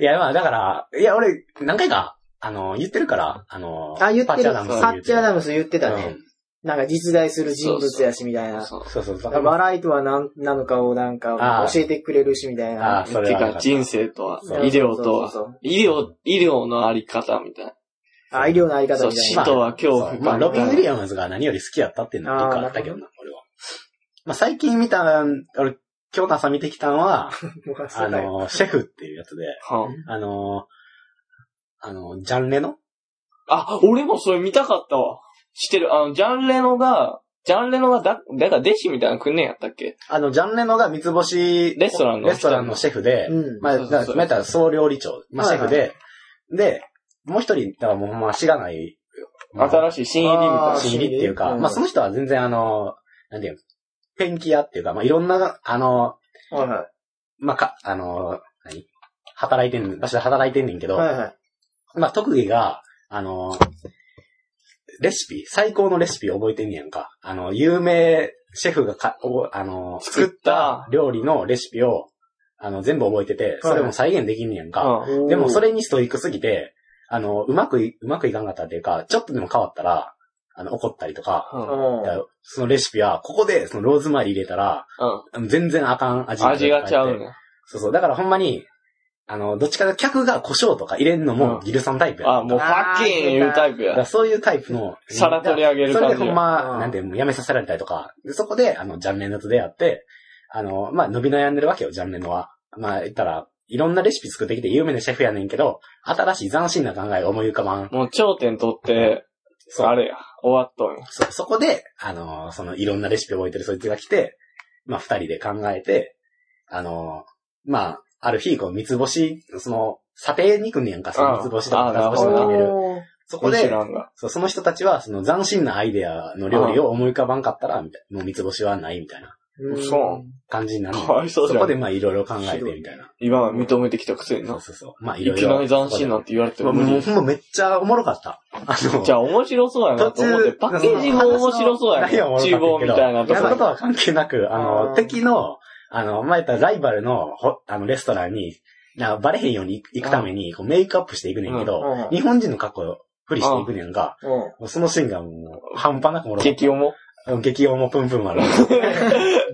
S3: いや、まあ、だから、いや、俺、何回か、あの、言ってるから、あの、
S2: ー、あ、言って
S3: パッ
S2: る。
S3: チャー
S2: サ
S3: ダムス
S2: ッチャーダムス言ってたね。なんか実在する人物やし、みたいな。
S1: そう
S3: うん。そうそう、だから、
S2: 笑いとは何なのかをなんか
S3: あー
S2: 教えてくれるしみたい
S3: あ
S2: な。
S3: ーそれ
S1: て
S3: はなかっ
S1: か、
S3: た
S1: 人生とは
S2: そ、う
S1: 医療と
S2: そ
S1: は、
S2: うそうそう
S1: 医療、医療のあり方みたいな。
S2: あ、医療のあり方
S1: そう、
S2: みたい
S1: 死
S2: な。
S1: とは恐怖かみ
S3: まあ、
S1: たいな
S3: ロビン・ウィリアムズが何より好きやったっていうのは一個あったけどな、俺は。まあ、最近見た、俺、今日の朝見てきたのは、
S2: もう そ
S3: あ
S2: うだよ
S3: の、シェフっていうやつで、
S1: は
S3: あの、あの、ジャンレノ
S1: あ、あ俺もそれ見たかったわ。知ってる。あの、ジャンレノが、ジャンレノがだ、だから弟子みたいなの来んねんやったっけ
S3: あの、ジャンレノが三つ星
S1: レストランの
S3: レストランのシェフで、
S2: うん。
S3: まあ、
S1: そうそ
S3: だ
S1: う
S3: か
S1: そ
S3: ら、
S1: う
S3: まあ言ったら総料理長、まあ、シ
S2: はい
S3: ェ
S2: はい
S3: フで、で、もう一人、だからもうほんま知らない、まあ
S1: 新しい新入りみたい
S2: あ
S1: な
S2: ー。
S3: 新入りっていうか、
S2: うん
S3: まあその人は全然あの、なんていうの、ペンキ屋っていうか、まあいろんな、あの、
S2: はいは
S3: まあか、あの、何働いてんねん、場所で働いてんねんけ
S2: い。
S3: ど、
S2: はいはい。
S3: まあ特技が、あの、レシピ、最高のレシピ覚えてんねやんか。あの、有名シェフがか、おあの、
S1: 作った
S3: 料理のレシピを、あの、全部覚えてて、それも再現できんねやんか。
S1: うん
S2: うん
S3: でもそれにストイックすぎて、あの、うまくい、うまくいかんかったっていうか、ちょっとでも変わったら、あの、怒ったりとか、
S1: うん。
S2: お
S3: だか
S2: ー
S3: らそのレシピは、ここで、そのローズマリー入れたら、あの全然あかん味
S1: うん。味がちゃう
S3: ね。
S1: ね。
S3: そうそう。だからほんまに、あの、どっちかが客が胡椒とか入れんのも
S1: うん
S3: ギルさんタイプや、
S1: あ、もうファッキン言うタイプ
S3: だから
S1: や。
S3: そういうタイプの、
S1: さら取り上げる
S3: それで
S1: 感じ
S3: ほん
S1: や。
S3: ま
S2: う、ん
S3: なんて、もうやめさせられたりとか、でそこで、あの、ジャンレノと出会って、あの、まあ、伸び悩んでるわけよ、ジャンレノは。まあ、言ったら、いろんなレシピ作ってきて有名なシェフやねんけど、新しい斬新な考えが思い浮かばん。
S1: もう頂点取って、
S3: そう
S1: あれや、終わっとんや。
S3: そ、そこで、あの、その、いろんなレシピ覚えてるそいつが来て、まあ、二人で考えて、あの、まあ、ある日、こう、三つ星、その、査定に行くんねやんか、その三つ星と
S1: あ
S3: か
S1: あなる
S3: 二
S1: ほ
S3: つ星
S1: ど
S3: に入れる。
S2: おー
S3: そこ
S1: ミシュ
S3: で、
S1: ランが。
S3: そう、その人たちは、その斬新なアイデアの料理を思い浮かばんかったら、みたいな、もう三つ星はないみたいな
S2: うん
S1: そう
S3: 感じになる。
S1: かわいそうじゃん
S3: こでまあいろいろ考えてみたいな。
S1: 今は認めてきたくせに
S3: そう
S1: な。
S3: そうそう。まあい
S1: い
S3: ろいろ。
S1: きなり斬新なんて言われて
S3: そこ
S1: も
S3: で
S1: 無
S3: もう
S1: 理。
S3: ほんまめっちゃおもろかった。あの、
S1: じゃあ面白そうやなと思って、パッケージも面白そうや
S3: 内容
S1: な。
S3: は面
S1: 厨
S3: 白
S1: 房
S3: か
S1: み
S3: った
S1: いな
S3: け
S1: と
S3: どやるこ
S1: こ。
S3: とは関係なく、あ
S2: あ
S3: の、
S2: ー
S3: 敵の、あの、前言ったライバルの、ほあの、レストランに、なバレへんように行くために、こうメイクアップしていくねんけど、
S2: うん
S3: 日本人の格好をふりしていくねんが、もうそのシーンがもう、半端なくおもろかった
S1: 激。重。
S3: うん激重プンプン丸。
S1: なん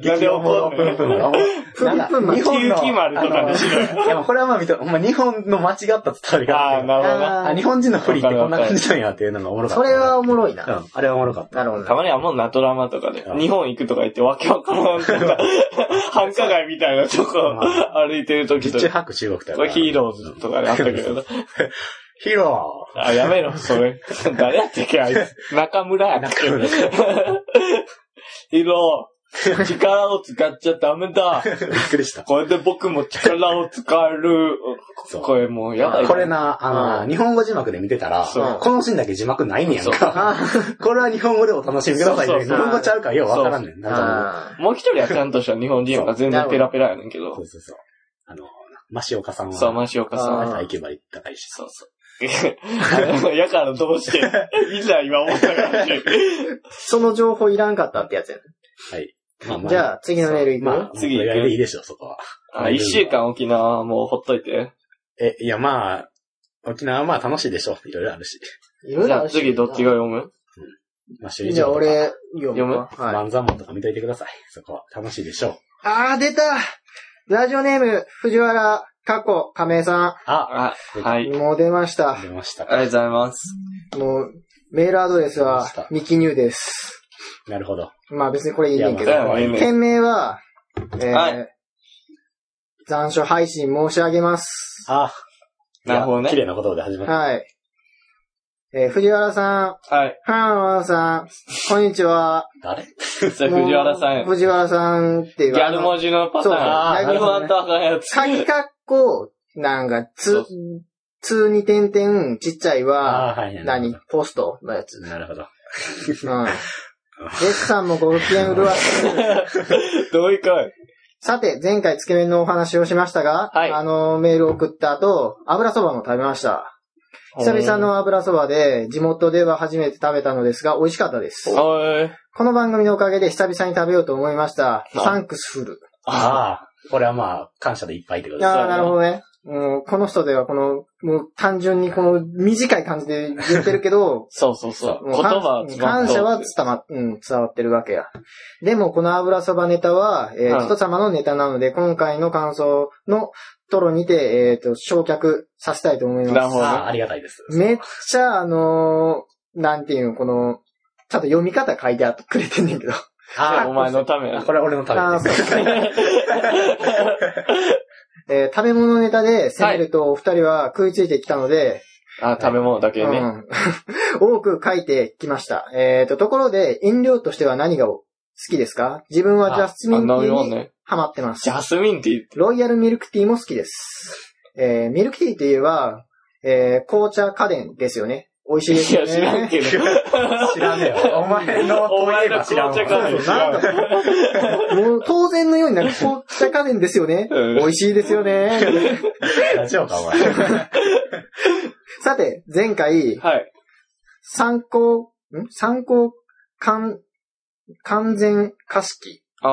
S3: 激
S1: で怒
S3: 重
S1: ん
S3: プ
S1: の
S3: ンプン丸。なん
S2: プンプン
S3: か
S2: 丸
S3: 日本の
S1: 地域丸とかにしろ
S3: あのいや、これはまあ見た、ほんま日本の間違った伝わりが
S1: あ
S3: あ
S1: あ、
S3: って
S1: なるほどな。
S2: あ
S3: あ、日本人のフリってこんな感じなんやっていうのがおもろかった。
S2: それは、おもろいな。
S3: うん、あれはおもろかった。
S2: なるほど
S1: た
S2: な。
S1: まにはもうナトラマとかで
S3: う、ん
S1: 日本行くとか言ってわけわからんと か、繁華街みたいなとこ歩いてる時
S3: 十
S1: と
S3: 中
S1: か、
S3: 八九中国だよ
S1: こ
S3: な
S1: れヒーローズとかであったけどな、
S3: ヒーロ
S1: あ、やめろ、それ。誰やったっけ、あいつ。中村や
S3: ー
S1: ったっ
S3: 中
S1: け。
S3: 村
S1: ヒーロー、力を使っちゃダメだ。
S3: びっくりした。
S1: これで僕も力を使える。
S3: そう
S1: これもうやばい。
S3: これな、あ
S2: う
S3: の、日本語字幕で見てたら、
S1: そう
S3: このシーンだけ字幕ないねやんか。
S2: あー
S3: これは日本語でお楽しみくださいね。
S1: そう
S3: 日
S1: そうそう
S3: 本語ちゃうからようわからんねん。なんかもう
S2: あ
S1: もう一人はちゃんとした日本人が全然ペラペラやねんけ
S3: そ
S1: ど。
S3: うそうそう。あの、マシオカさんは、
S1: そう、マシオカさん。
S2: あ
S3: イケバリ高いし。
S1: そうそう。あの やからどうして、いざ今思ったかもしれない。
S2: その情報いらんかったってやつやね
S3: まあまあ
S2: じゃあ、次のメールいく、
S3: まあ、
S1: 次
S3: 次
S1: 行く
S3: でいいでしょう、そこは。
S1: あ、一週間沖縄はもうほっといて。
S3: え、いや、まあ、沖縄はまあ楽しいでしょう。いろいろあるし。
S2: いろい
S1: じ
S2: ろ
S1: ゃ
S2: あ
S1: あ
S2: るし
S1: 次どっちが読む
S3: まあ、首里
S2: じゃ
S3: 城
S2: あ
S3: とか、
S2: 俺、読むかはい。
S3: 万座門とか見といてください。そこは楽しいでしょう。
S2: あー、出たラジオネーム、藤原、過去、亀井さ
S3: あ、
S1: あ、はい。あり
S2: ん。もう出ました。
S3: 出ました
S1: が。とうございます。
S2: もう、メールアドレス
S3: 出ま
S2: は
S3: した、
S2: ミキニューです。
S3: なるほど。
S2: まあ別にこれいいねんけ
S1: い
S2: ど
S1: や。まあ
S2: 件名は、えー
S1: は
S2: 残暑配信申し上げます。
S3: あ、
S1: なるほどね
S3: いや綺麗な言葉で始まる。
S2: はい。えー藤原さ
S1: はい。
S2: ん、ハンワンさん、こんにちは。
S3: 誰
S1: それ藤原さんや
S2: もう。藤原さんっていう。
S1: ギャル文字のパターン。
S3: あ
S1: あ
S3: ーな
S1: 言
S3: るほ
S1: わ
S3: ど
S1: ん
S3: ね
S1: とあかんやつ。
S2: あの鍵括弧、なんか、
S1: そう、
S2: つつに点々、ちっちゃいは、
S3: あー、はい。なる
S2: 何
S3: ほ
S2: ポストのや つ。
S3: どなるほど。
S2: うん。ジェスさんもご機嫌うるわ。
S1: どういうかい
S2: さて、前回つけ麺のお話をしましたが、
S1: はい
S2: あのメールを送った後、油そばも食べました。久々。の油そばで、地元では初めて食べたのですが、美味しかったです。
S1: はい。
S2: この番組のおかげで久々に食べようと思いました。
S1: あ
S2: サンクスフル。
S1: あ、
S3: ああ、これはまあ、感謝でいっぱいってことですね。
S2: ああ、なるほどね。もうこの人ではこの、もう単純にこの短い感じで言ってるけど
S1: そうそうそう。言
S2: もう
S1: 葉
S2: 感
S1: は
S2: 感謝は伝わ,、うん、伝わってるわけや。でも、この油そばネタは、えー
S1: はい
S2: 人様のネタなので、今回の感想のトロにて、えっ、と、焼却させたいと思い
S1: なる
S2: ま
S1: ほど
S2: す。
S3: ああ、ありがたいです。
S2: めっちゃ、あのーなんていうの、この、ちゃんと読み方書いてあってくれてんねんけど。
S3: あ
S1: お前のため
S3: あ、
S1: や。
S3: これ俺のた
S2: あー
S3: めです。
S2: そうえー食べ物ネタで攻めると、お二人は食いついてきたので、
S1: あ、食べ物だけね。
S2: うん 多く書いてきました。えっ、と、ところで、飲料としては何が好きですか自分はジャスミ
S1: あ、
S2: ンテ
S1: 飲
S2: ィ
S1: み
S2: ー
S1: 物
S2: に
S1: ね。
S2: ハマってます
S1: ジ。ャスミンティー。
S2: ロイヤルミルクティーも好きです。えーミルクティーといえば、えー紅茶家電ですよね。美味しいです
S1: いや、
S2: よ
S1: 知らん
S2: ね。
S1: けど。
S3: 知らねえよ。 お前のといえば知らん
S1: お前の紅茶家
S3: わ。
S1: 電
S2: そうなんかもう当然のようになんか紅茶家電ですよね。
S1: うん
S2: 美味しいです よね。
S3: ラジオか、お前。
S2: さて、前回、
S1: はい。
S2: 参考、ん参考完、完全貸し器。
S1: ああ。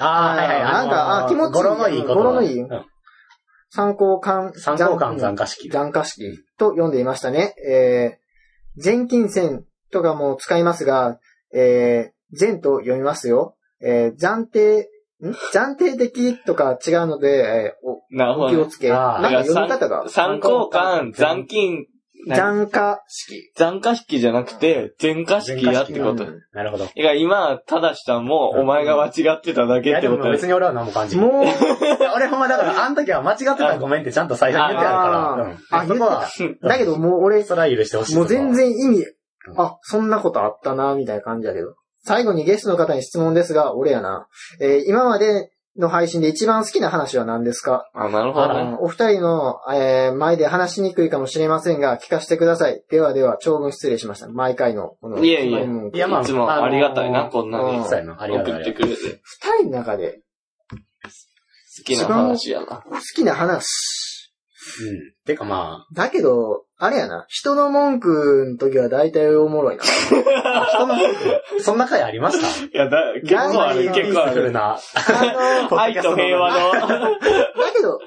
S3: ああ、はいはい。
S2: なんかあ気持ちいい
S3: 語呂のいい言葉。
S2: 語呂のいい
S3: うん
S2: 参考完、
S3: 三等間残価式。
S2: 残価式と読んでいましたね。えー、全金銭とかも使いますが、えー、全と読みますよ。えー、暫定、ん暫定的とか違うので、えー
S1: なる
S2: お、お
S1: ほ
S2: 気を
S1: ど。
S2: つけ。
S3: あ
S2: な
S3: ー
S2: んか読み方が。
S1: 参考官、残金、残
S2: 残価式。
S1: 価引きじゃなくて、全価引きやってこと
S2: う。ん
S3: なるほど。
S1: いや、今、ただしたんも、お前が間違ってただ
S3: い
S1: け
S3: や、
S1: っ
S3: で
S1: てこ
S3: も
S1: とや
S3: 別に俺は何も感じない。
S2: もう、
S3: いや俺ほんまだから、あの時は間違ってたらごめんってちゃんと最初に言ってあるから。
S2: あー
S3: うんそこは、
S2: だけどもう俺、
S3: それは許してほしい。
S2: もう全然意味
S3: う、ん
S2: あ、そんなことあったな、みたいな感じだけど。最後にゲストの方に質問ですが、俺やな。えー今までの配信で一番好きな話は何ですか
S1: あ、なるほど
S3: あ
S1: ね。
S2: お二人の、えー前で話しにくいかもしれませんが、聞かせてください。ではでは、長文失礼しました。毎回の、この、
S1: いえいえ
S2: 質問
S3: いやまあ
S1: いつもありがたい
S3: あ
S1: な、
S3: のー
S1: こんなに
S2: うん
S3: そうやな。ありがと
S1: 送
S3: う
S1: っ
S3: ありが
S1: て
S3: と
S1: くれて。好
S2: 二人の中で
S1: きな話やな。
S2: 好きな話。
S3: う。うん。てかま
S2: だけど、あれやな、人の文句の時は大体おも ろいな。
S3: あ、人の文句、そんな回ありました
S1: いや、だ、結構ある、
S2: いや
S1: 結構あ
S3: ピースフル
S1: る。
S3: な。
S2: あの、
S1: 愛と平和の。
S2: だけど、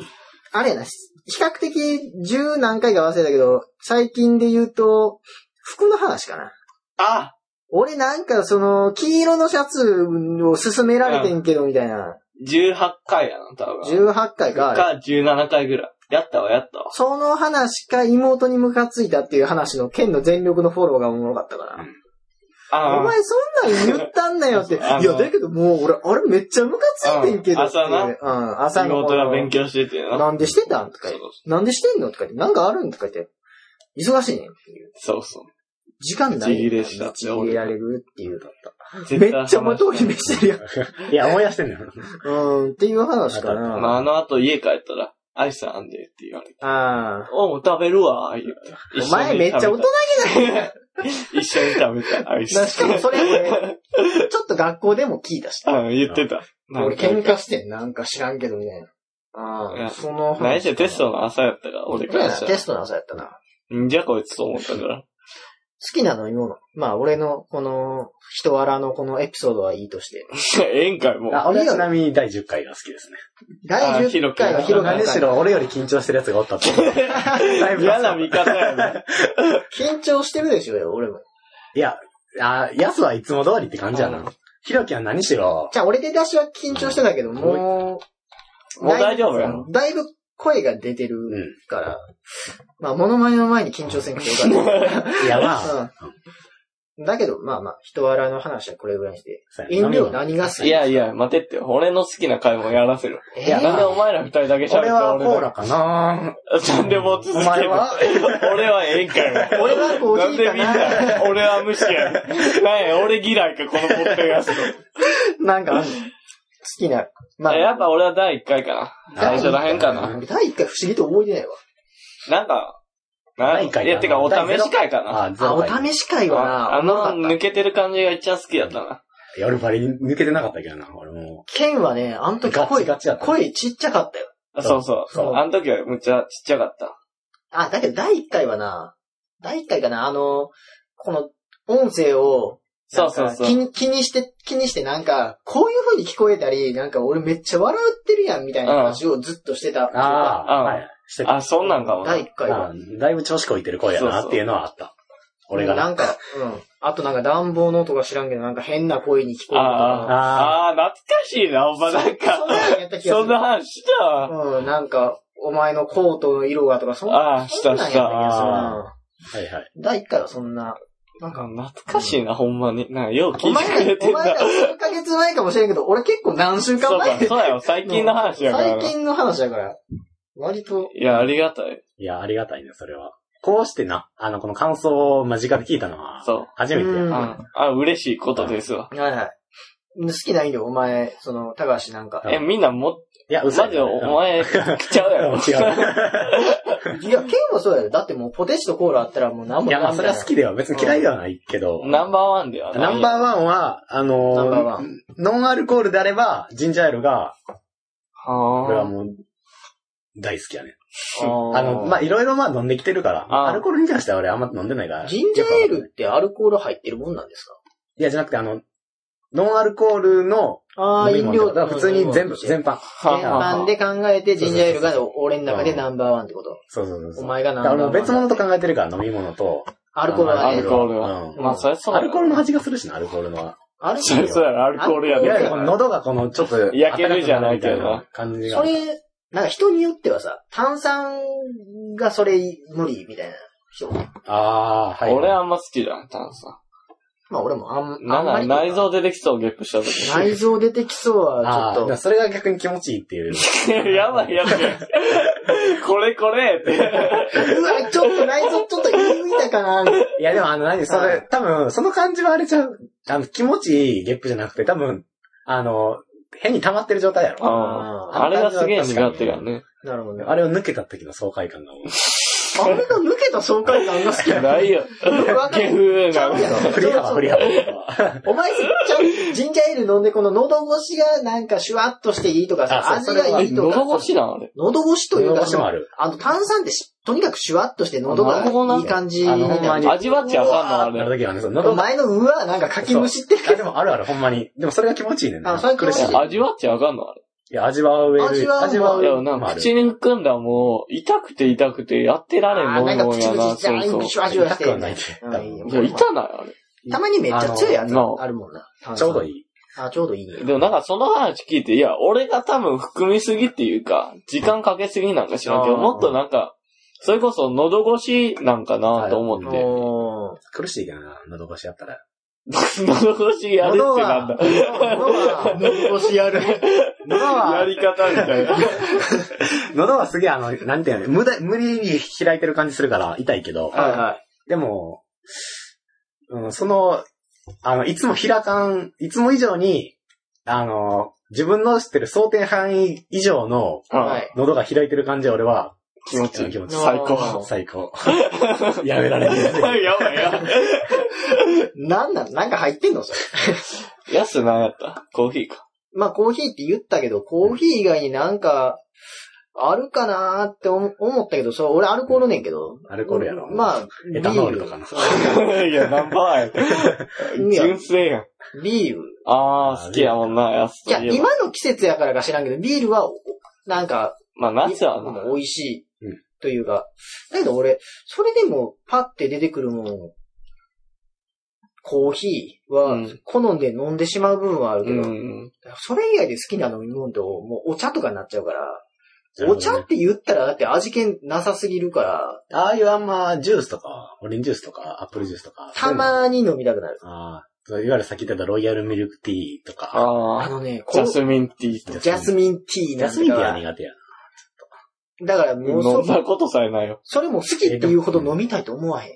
S2: あれやな、比較的十何回か忘れたけど、最近で言うと、服の話かな。
S1: あ
S2: 俺なんかその、黄色のシャツを勧められてんけど、みたいな。
S1: !18 回やな、多分。
S2: 18回かあれ。
S1: か、17回ぐらい。やったわ、やったわ。
S2: その話か妹にムカついたっていう話の剣の全力のフォローがおもろかったから。お
S1: あ
S2: 前そんなん言ったんだよって。い
S1: あ
S2: や、
S1: の
S2: だけどもう俺、あれめっちゃムカついてんけどっていう。
S1: うん朝
S2: うん、
S1: あ、
S2: 朝の。
S1: 妹が勉強しててな。
S2: なんでしてたんとか言って。なんでしてんのとか言って。なんかあるんとか言って。忙しいねんっていう。
S1: そうそう。
S2: 時間ない。
S1: ブチギレしたって
S2: ブチギレられるっていう。
S1: 絶
S2: め
S1: 対
S2: っちゃまとめしてるやん。
S3: いや、思い出してんのよ。
S2: うん、っていう話か
S1: ま
S2: な。
S1: あ、あの後家帰ったら、アイスあんでって言われて。
S2: ああ。
S1: おう、食べるわ、言って。
S2: お前めっちゃ大人
S1: 一緒に食べた、アイ
S2: だ。
S1: ス。
S2: しかもそれ俺、ちょっと学校でも聞いたし。
S1: うん、言ってた。
S2: 俺喧嘩してん、なんか知らんけどみたいな。
S1: い
S2: あ
S1: や
S2: あ、その話。
S1: 何しろテストの朝やったから、俺からした
S2: テ
S1: ら。
S2: ストの朝やったな。
S1: んじゃこいつと思ったから。
S2: きな飲み物。まあ、俺の、この、人柄のこのエピソードはいいとして。
S1: ええんかい、もう。
S3: あ、俺はちなみに第10回が好きですね。
S2: 第
S1: あーヒロ
S2: 10
S1: 君
S2: 回は
S1: ヒロ
S2: 広
S1: 君
S2: が
S3: 何
S2: る
S3: しろ俺より緊張してる奴がおった っていう。だいぶ
S1: 嫌な見方やね。
S2: 緊張してるでしょうよ、俺も。
S3: いや、あ、やすはいつも通りって感じやな。ひろきは何しろ、
S2: じゃあ、俺出だしは緊張してたけど、もう、
S1: もう大丈夫や
S2: だい
S1: ろ
S2: ぶだいぶ声が出てる
S3: う
S2: から、まあ、モノマネの前に緊張せんくてよかっ
S3: ん。いや、まあ、
S2: た。うん。だけど、まあまあ、人柄の話はこれぐらいにして。
S3: そうやな
S2: 飲料何が好き
S1: いやいや、待てってよ。俺の好きな回もやらせ る。
S2: えー
S3: いや
S1: なんでお前ら二人だけ喋って
S3: 俺はコーラ
S1: だ
S3: かな
S1: け。なんでもう続け
S3: お
S1: る。
S3: 前は
S1: 俺はええんかい もう。
S2: 俺はコ
S1: な
S2: ー
S1: ん
S2: ヒー
S1: で
S2: か
S1: みんな
S2: な。、
S1: 俺は無視や。なんや、俺嫌いか、このポッドキャスト。
S2: なんかあんの、好きな。まあ、
S1: やっぱ俺は第1回かな。最初らへんかな。
S2: 第1回不思議と思い出ないわ。
S1: なんか、な
S3: 第一回かない
S1: や、てか、お試し会かな。
S3: あ、
S2: あ、
S3: ゾ
S2: お
S3: ウ
S2: 試し会はな、
S1: あの、
S2: なかっ
S1: 抜けてる感じが一番好きだったな。
S3: いや、俺バリ抜けてなかったけどな、俺も
S2: た。ケンはね、あの時
S3: ガチ
S2: 声、
S3: ガチやった
S2: 声ちっちゃかったよ。
S1: あそうそう。
S2: そう
S1: あの時はむっちゃちっちゃかった。
S2: あ、だけど第1回はな、第1回かな、あの、この、音声を、
S1: そうそうそ
S2: 気
S1: う。
S2: に気にして、気にしてなんか、こういう風に聞こえたり、なんか俺めっちゃ笑ってるやんみたいな話をずっとしてた。
S3: う。ああ、
S1: うん
S3: はい。してた。
S1: あ、そんなんかもな。
S2: 第1回は。
S3: うんだいぶ調子こいてる声やなっていうのはあった。俺が
S2: な
S3: な。
S2: んか、うん。あとなんか暖房の音が知らんけど、なんか変な声に聞こえるとか。
S3: あ
S1: あー、懐かしいな、ほんまなん
S2: そんな
S1: か。
S2: のやった気が
S1: そ
S2: す
S1: ん
S2: る
S1: な。話したわ。
S2: うん、なんか、お前のコートの色がとか、そんな。
S1: あー、した
S2: そんなんや
S1: し
S2: った気がする
S1: た。
S2: な
S3: あ。はいはい。
S2: 第1回はそんな。なん
S1: な
S2: か、
S1: んか懐かしいな、ほんまに。なんか、よう聞
S2: お
S1: いて
S2: 前
S1: くれ
S2: ら、
S1: て
S2: お
S1: ん
S2: 前
S1: だ
S2: ら。数ヶ月前かもしれんけど、俺結構何週間
S1: そう
S2: 前
S1: か、そうやよ、最近の話やから
S2: 最
S1: な。い
S2: 近の話だから。割と、
S1: や、ありがたい。
S3: いや、ありがたいね、それは。こうしてな、あの、この感想を間近で聞いたのは、
S1: そう。
S3: 初めて
S2: う
S1: うんん。
S3: や。
S1: あ、嬉しいことですわ。
S2: はいはい。好きな飲料、お前、その、高橋なんか。
S3: うん
S1: え、みんなも、
S3: いや、嘘
S1: マ
S3: や
S1: ジ
S3: ね
S1: でお前、ちゃうや
S3: うん
S1: ろ。
S3: 違
S2: いや、ケンもそうやろ。だってもう、ポテチとコーラあったらもう何
S3: う。
S2: も
S3: いや、まあ、それは好きでは別に嫌いではないけど。
S1: ナンバーワンではない。
S3: ナンバーワンは、あの
S2: ナンバーワ
S3: ノンアルコールであれば、ジンジャーエールが、これは
S1: は
S3: もう、大好きやね。
S2: あ
S3: あの、まあ、いろいろまあ飲んできてるから、
S1: あー
S3: アルコールに関しては俺あんま飲んでないから。
S2: ジンジャーエールってアルコール入ってるもんなんです
S3: いや、じゃなくてあの、ノンアルコールの
S2: かああ、
S3: 飲み
S2: 飲
S3: 物
S2: 料
S3: だから普通に全部、全般。
S1: あ
S2: 全般で考えて、ジンジャーエールが俺の中で
S3: うん
S2: ナンバーワンってこと。
S3: そうそうそうそう。
S2: お前がナ
S3: だ
S2: ン
S3: か
S2: バ
S3: ら
S2: ーワ
S3: も
S2: ン。
S3: う別物と考えてるから飲み物と。
S2: アルコールは
S1: ア
S2: ね
S1: ル。コールは。
S3: うん
S1: まあ、それそうや
S3: ア
S1: ろ。
S3: ルコールの味がするしな、アルコールのは。
S2: アルコ
S1: そ
S2: ー
S1: れ
S2: ル
S1: そうやろ、アルコールや
S3: い
S1: で。
S3: わゆるこの喉がこの、ちょっと、
S1: 焼けるじゃないけど
S3: 温かくるみたいな感じが。
S2: それ、なんか人によってはさ、炭酸がそれ無理みたいな人も。
S3: あー、はい。
S1: 俺あんま好きじゃん、炭酸。
S2: まあ俺もあん、
S1: なん
S2: あ
S1: ん
S2: ま
S1: な
S2: り
S1: ん
S2: とか。
S1: 内臓出てきそう、ゲップした時。
S2: 内臓出てきそうは、
S3: あ
S2: ち
S3: ー
S2: ょ
S3: だ
S2: っ
S3: か
S2: と
S3: ら。それが逆に気持ちいいっていう。
S1: やばいやつや。これこれって。
S2: うわ、ちょっと内臓ちょっと言い過ぎたか な。
S3: いや、でもあの、何、そ
S2: は
S3: れ、多分、その感じはあれじゃう、あの、気持ちいいゲップじゃなくて、多分、あの、変に溜まってる状態やろ。
S1: あ
S2: あ
S1: あれがすげえ苦手やね。
S2: なるほどね。
S3: あれを抜けた時の爽快感がもう、
S2: あれが抜けた爽快感が好き だ。
S1: ないよ。
S2: わか
S1: ゲ
S2: る。
S1: フ
S2: ちゃうや
S1: な。
S2: ん。
S3: 振り幅振り幅。
S2: お前さ、ちゃん、ジンジャーエール飲んでこの喉越しがなんかシュワッとしていいとかさ、
S3: あ
S2: 味
S3: そうそれは
S2: がいいとか。
S1: 喉越しなん、あれ。
S2: 喉越しという
S3: 喉
S2: か
S3: 越しもある。
S2: あの、炭酸ってし、とにかくシュワッとして喉が
S1: あなるほどない
S2: い感じみ
S3: あのほん
S2: た
S3: ま
S2: い
S3: に
S2: な。
S1: 味わっちゃあかんの、あ
S3: あれ
S1: れ。
S3: だけはね、その
S2: お
S3: 喉が。
S2: 前のうわ、なんかかきむしってる
S3: あ、でもあるある、ほんまに。でもそれが気持ちいいねんな。
S2: あそれ気持ちいい
S3: 苦しい
S1: 味わっちゃあかんの、あれ。
S3: いや、味わう上
S2: 味は
S3: 味わう
S1: いや、なん
S3: まあ
S1: か
S3: ある
S1: 口に含んだらもう、痛くて痛くてやってられん
S2: あー
S1: も
S2: なんんか
S1: もん
S2: 口
S1: やな、
S2: 々じゃ
S1: そ
S2: あ
S1: う
S2: い
S1: そう。
S2: シュワシュワ
S3: 痛
S2: して
S3: くは
S2: る
S3: ないっ
S2: ね。
S3: て。
S2: うん
S3: 多
S2: いいよ
S3: 分
S1: いや、痛ない、あれ。
S2: たまにめっちゃ強いやつ
S1: あの
S2: あるもんな。炭酸
S3: ちょうどいい。
S2: あ、ちょうどいいね。
S1: でもなんかその話聞いて、いや、俺が多分含みすぎっていうか、時間かけすぎなんか知らんけど、
S2: あー
S1: もっとなんか、それこそ喉越しなんかなと思って。
S2: おー
S3: 苦しいけどな、喉越しやったら。
S1: 喉越しやるってなんだ。
S2: 喉は、喉越しやる。喉
S1: や
S2: は、
S1: り方みたいな。
S3: 喉はすげえあの、なんていうの、無駄、無理に開いてる感じするから痛いけど、
S2: はいは
S3: でも、うん、その、あの、いつも開かん、いつも以上に、あの、自分の知ってる想定範囲以上の
S2: い。は
S1: うん
S2: い。
S3: 喉が開いてる感じは俺は
S1: 気持ちいい。
S3: 気持ちいい
S1: 最
S2: あ
S1: 高。
S2: ー
S3: 最高。やめられな い。
S1: やばいやばい。
S2: なんなんなんか入ってんのそれ。
S1: やすなんやったコーヒーか。
S2: まあコーヒーって言ったけど、コーヒー以外になんか、あるかなーって思思ったけど、そう、俺アルコールねんけど。
S3: アルコールやろ
S2: まあ、
S3: エタノールとかの。
S1: いや、ナンバーやって。
S2: ビール。いや
S1: 純正やん。
S2: ビール。
S1: あー、好きやもんな、安
S2: いや、
S1: といえば。
S2: 今の季節やからか知らんけど、ビールは、なんか、
S1: まあ、夏は
S2: も
S1: な。
S2: う美味しい
S3: うん
S2: というか、だけど俺、それでもパって出てくるもの、コーヒー
S1: う
S2: は
S1: ん
S2: 好んで飲んでしまう部分はあるけ
S1: う
S2: ど、
S1: ん。
S2: それ以外で好きな飲み物ともうお茶とかになっちゃうから、
S3: なる
S2: お
S3: ほどね
S2: 茶って言ったらだって味気なさすぎるから、
S3: ああいうあんま、ジュースとか、オレンジジュースとか、アップルジュースとか。
S2: たまに飲みたくなる。
S3: ああ、そういわゆるさっき言ってたロイヤルミルクティーとか。
S2: あ
S1: あ
S2: のね、
S1: ー、ジ
S2: こ
S1: ャ
S2: う
S1: スミンティー
S2: ジャスミンティー
S3: ジ
S2: な
S3: ャ
S2: ん
S3: スミンティーは
S2: だか
S3: 苦手やな。
S2: ら、だからもう
S1: 飲
S2: そ
S1: んだことさえないよ。
S2: それも好きっていうほど飲みたいと思わへん。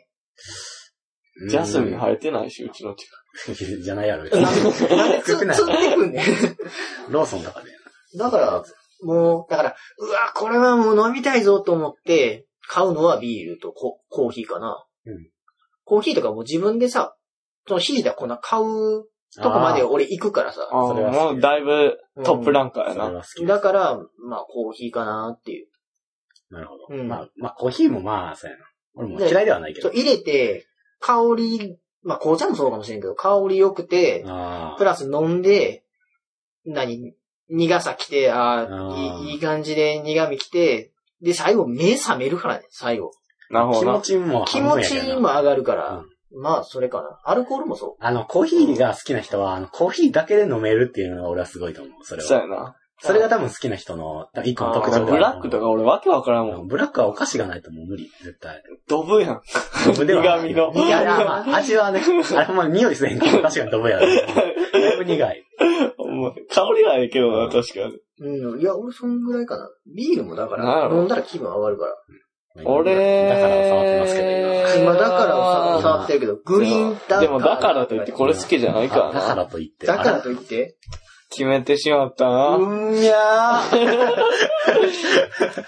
S1: ジャスミン
S3: は
S1: 生えてないし、うちの近く。
S3: い。じゃないやろ。 別に
S2: なんで、なんでつ、つ
S3: 食ってない
S2: ってくんねん。
S3: ローソンとかで。
S2: だから、もう、だから、うわ、これはもう飲みたいぞと思って、買うのはビールとココーヒーかな。
S3: うん
S2: コーヒーとかもう自分でさ、そのひいた粉買うとこまで俺行くからさ。
S1: あ
S3: それは
S1: ー、
S3: 好き
S1: もうだいぶ
S2: うん
S1: トップランカー
S3: ああ
S1: や
S3: それ
S1: な。
S3: は好き。
S2: だから、まあコーヒーかなっていう。
S3: なるほど。
S2: うん
S3: まあ、まあ、コーヒーもまあ、そうやな。俺も嫌いではないけ
S2: そ
S3: ど
S2: う。入れて、香り、まあ紅茶もそうかもしれんけど、香り良くて、
S3: あ
S2: プラス飲んで、何、苦さ来て、あ
S3: あ
S2: あ
S3: ー
S2: いい、いい感じで苦味来て、で、最後目覚めるからね、最後。
S1: なる
S3: あ。
S1: ほ
S3: 気
S1: ど
S3: 持
S1: な。
S3: ちも
S2: 気持
S3: 半分やけどな
S2: ちも上がるから、まあ、それかな。アルコールもそ
S3: あの、コーヒーが好きな人は、あの、コーヒーだけで飲めるっていうのが俺はすごいと思う。それ
S1: そう
S3: は。
S1: やな。
S3: それが多分好きな人の、多分一個の
S1: あ
S3: 特
S1: ー
S3: 徴で
S1: ブ
S3: は
S1: ラ
S3: ある
S1: ックとか俺わけわからんもん。
S3: ブラックはお菓子がないともう無理、絶対。
S1: ドブやん。
S3: 苦
S1: 苦味の
S3: いや、まあ、味はね、あれも匂いせんから、確かにドブやろ。だいぶ苦い。
S1: もう香りはええけどな、確かに。
S2: う。うん。いや、俺そんぐらいかな。ビールもだか
S1: なる
S2: ら
S1: ほ、ど
S2: 飲んだら気分上がるから。
S1: 俺
S3: だから触ってますけど、
S1: えー
S2: 今だから
S1: あ
S2: さ
S1: ー
S2: 触ってるけど、グリーンだから。
S1: でもだからといってこれ好きじゃないか
S3: 今。だ
S1: ら
S3: か
S1: な。
S3: らと言って。
S2: だからといって。
S1: 決めてしまったな。
S2: うんにゃ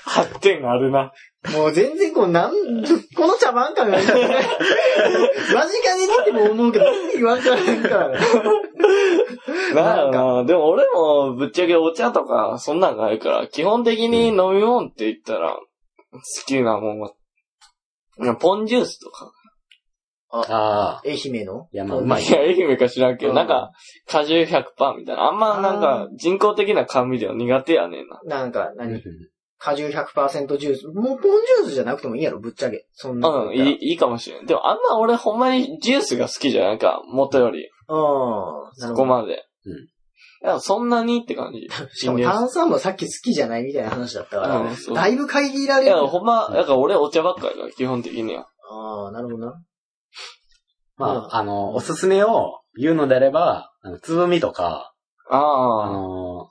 S1: 発展あるな。
S2: ー。もう全然こう、なん、この茶番感がいいね。間近になっても思うけど、意味わからんから。
S1: な
S2: な
S1: る
S2: ん
S1: な。でも俺もぶっちゃけお茶とかそんなんがないから、基本的に飲み物って言ったら、好きなもんは、いやポンジュースとか。
S3: ああ。
S2: 愛媛の
S3: いやまあうまい
S1: いや、愛媛か知らんけど、
S2: うん
S1: なんか、果汁100%みたいな。あんまなん
S2: あ
S1: か、人工的な甘味料苦手やねんな。
S2: なんか、
S3: うん
S2: 何果汁100%ジュース。もうポンジュースじゃなくてもいいやろ、ぶっちゃけ。そんな。
S1: うん、い。い、いいかもしれん。でもあんま俺ほんまにジュースが好きじゃんなんか、元より。
S2: うん。な
S1: そ
S2: るほ
S1: こ
S2: ど。
S1: まで。
S3: うん
S1: いや、そんなにって感じ。
S2: しかも炭酸もさっき好きじゃないみたいな話だったから、
S1: うんそう
S2: だいぶ会議ら
S1: い
S2: れる。
S1: や、ほんま、だから俺お茶ばっかりだ、基本的には。
S2: ああ、なるほどな。
S3: まあ、あの、おすすめを言うのであれば、あのつぶみとか、あ
S1: ああ。
S3: の、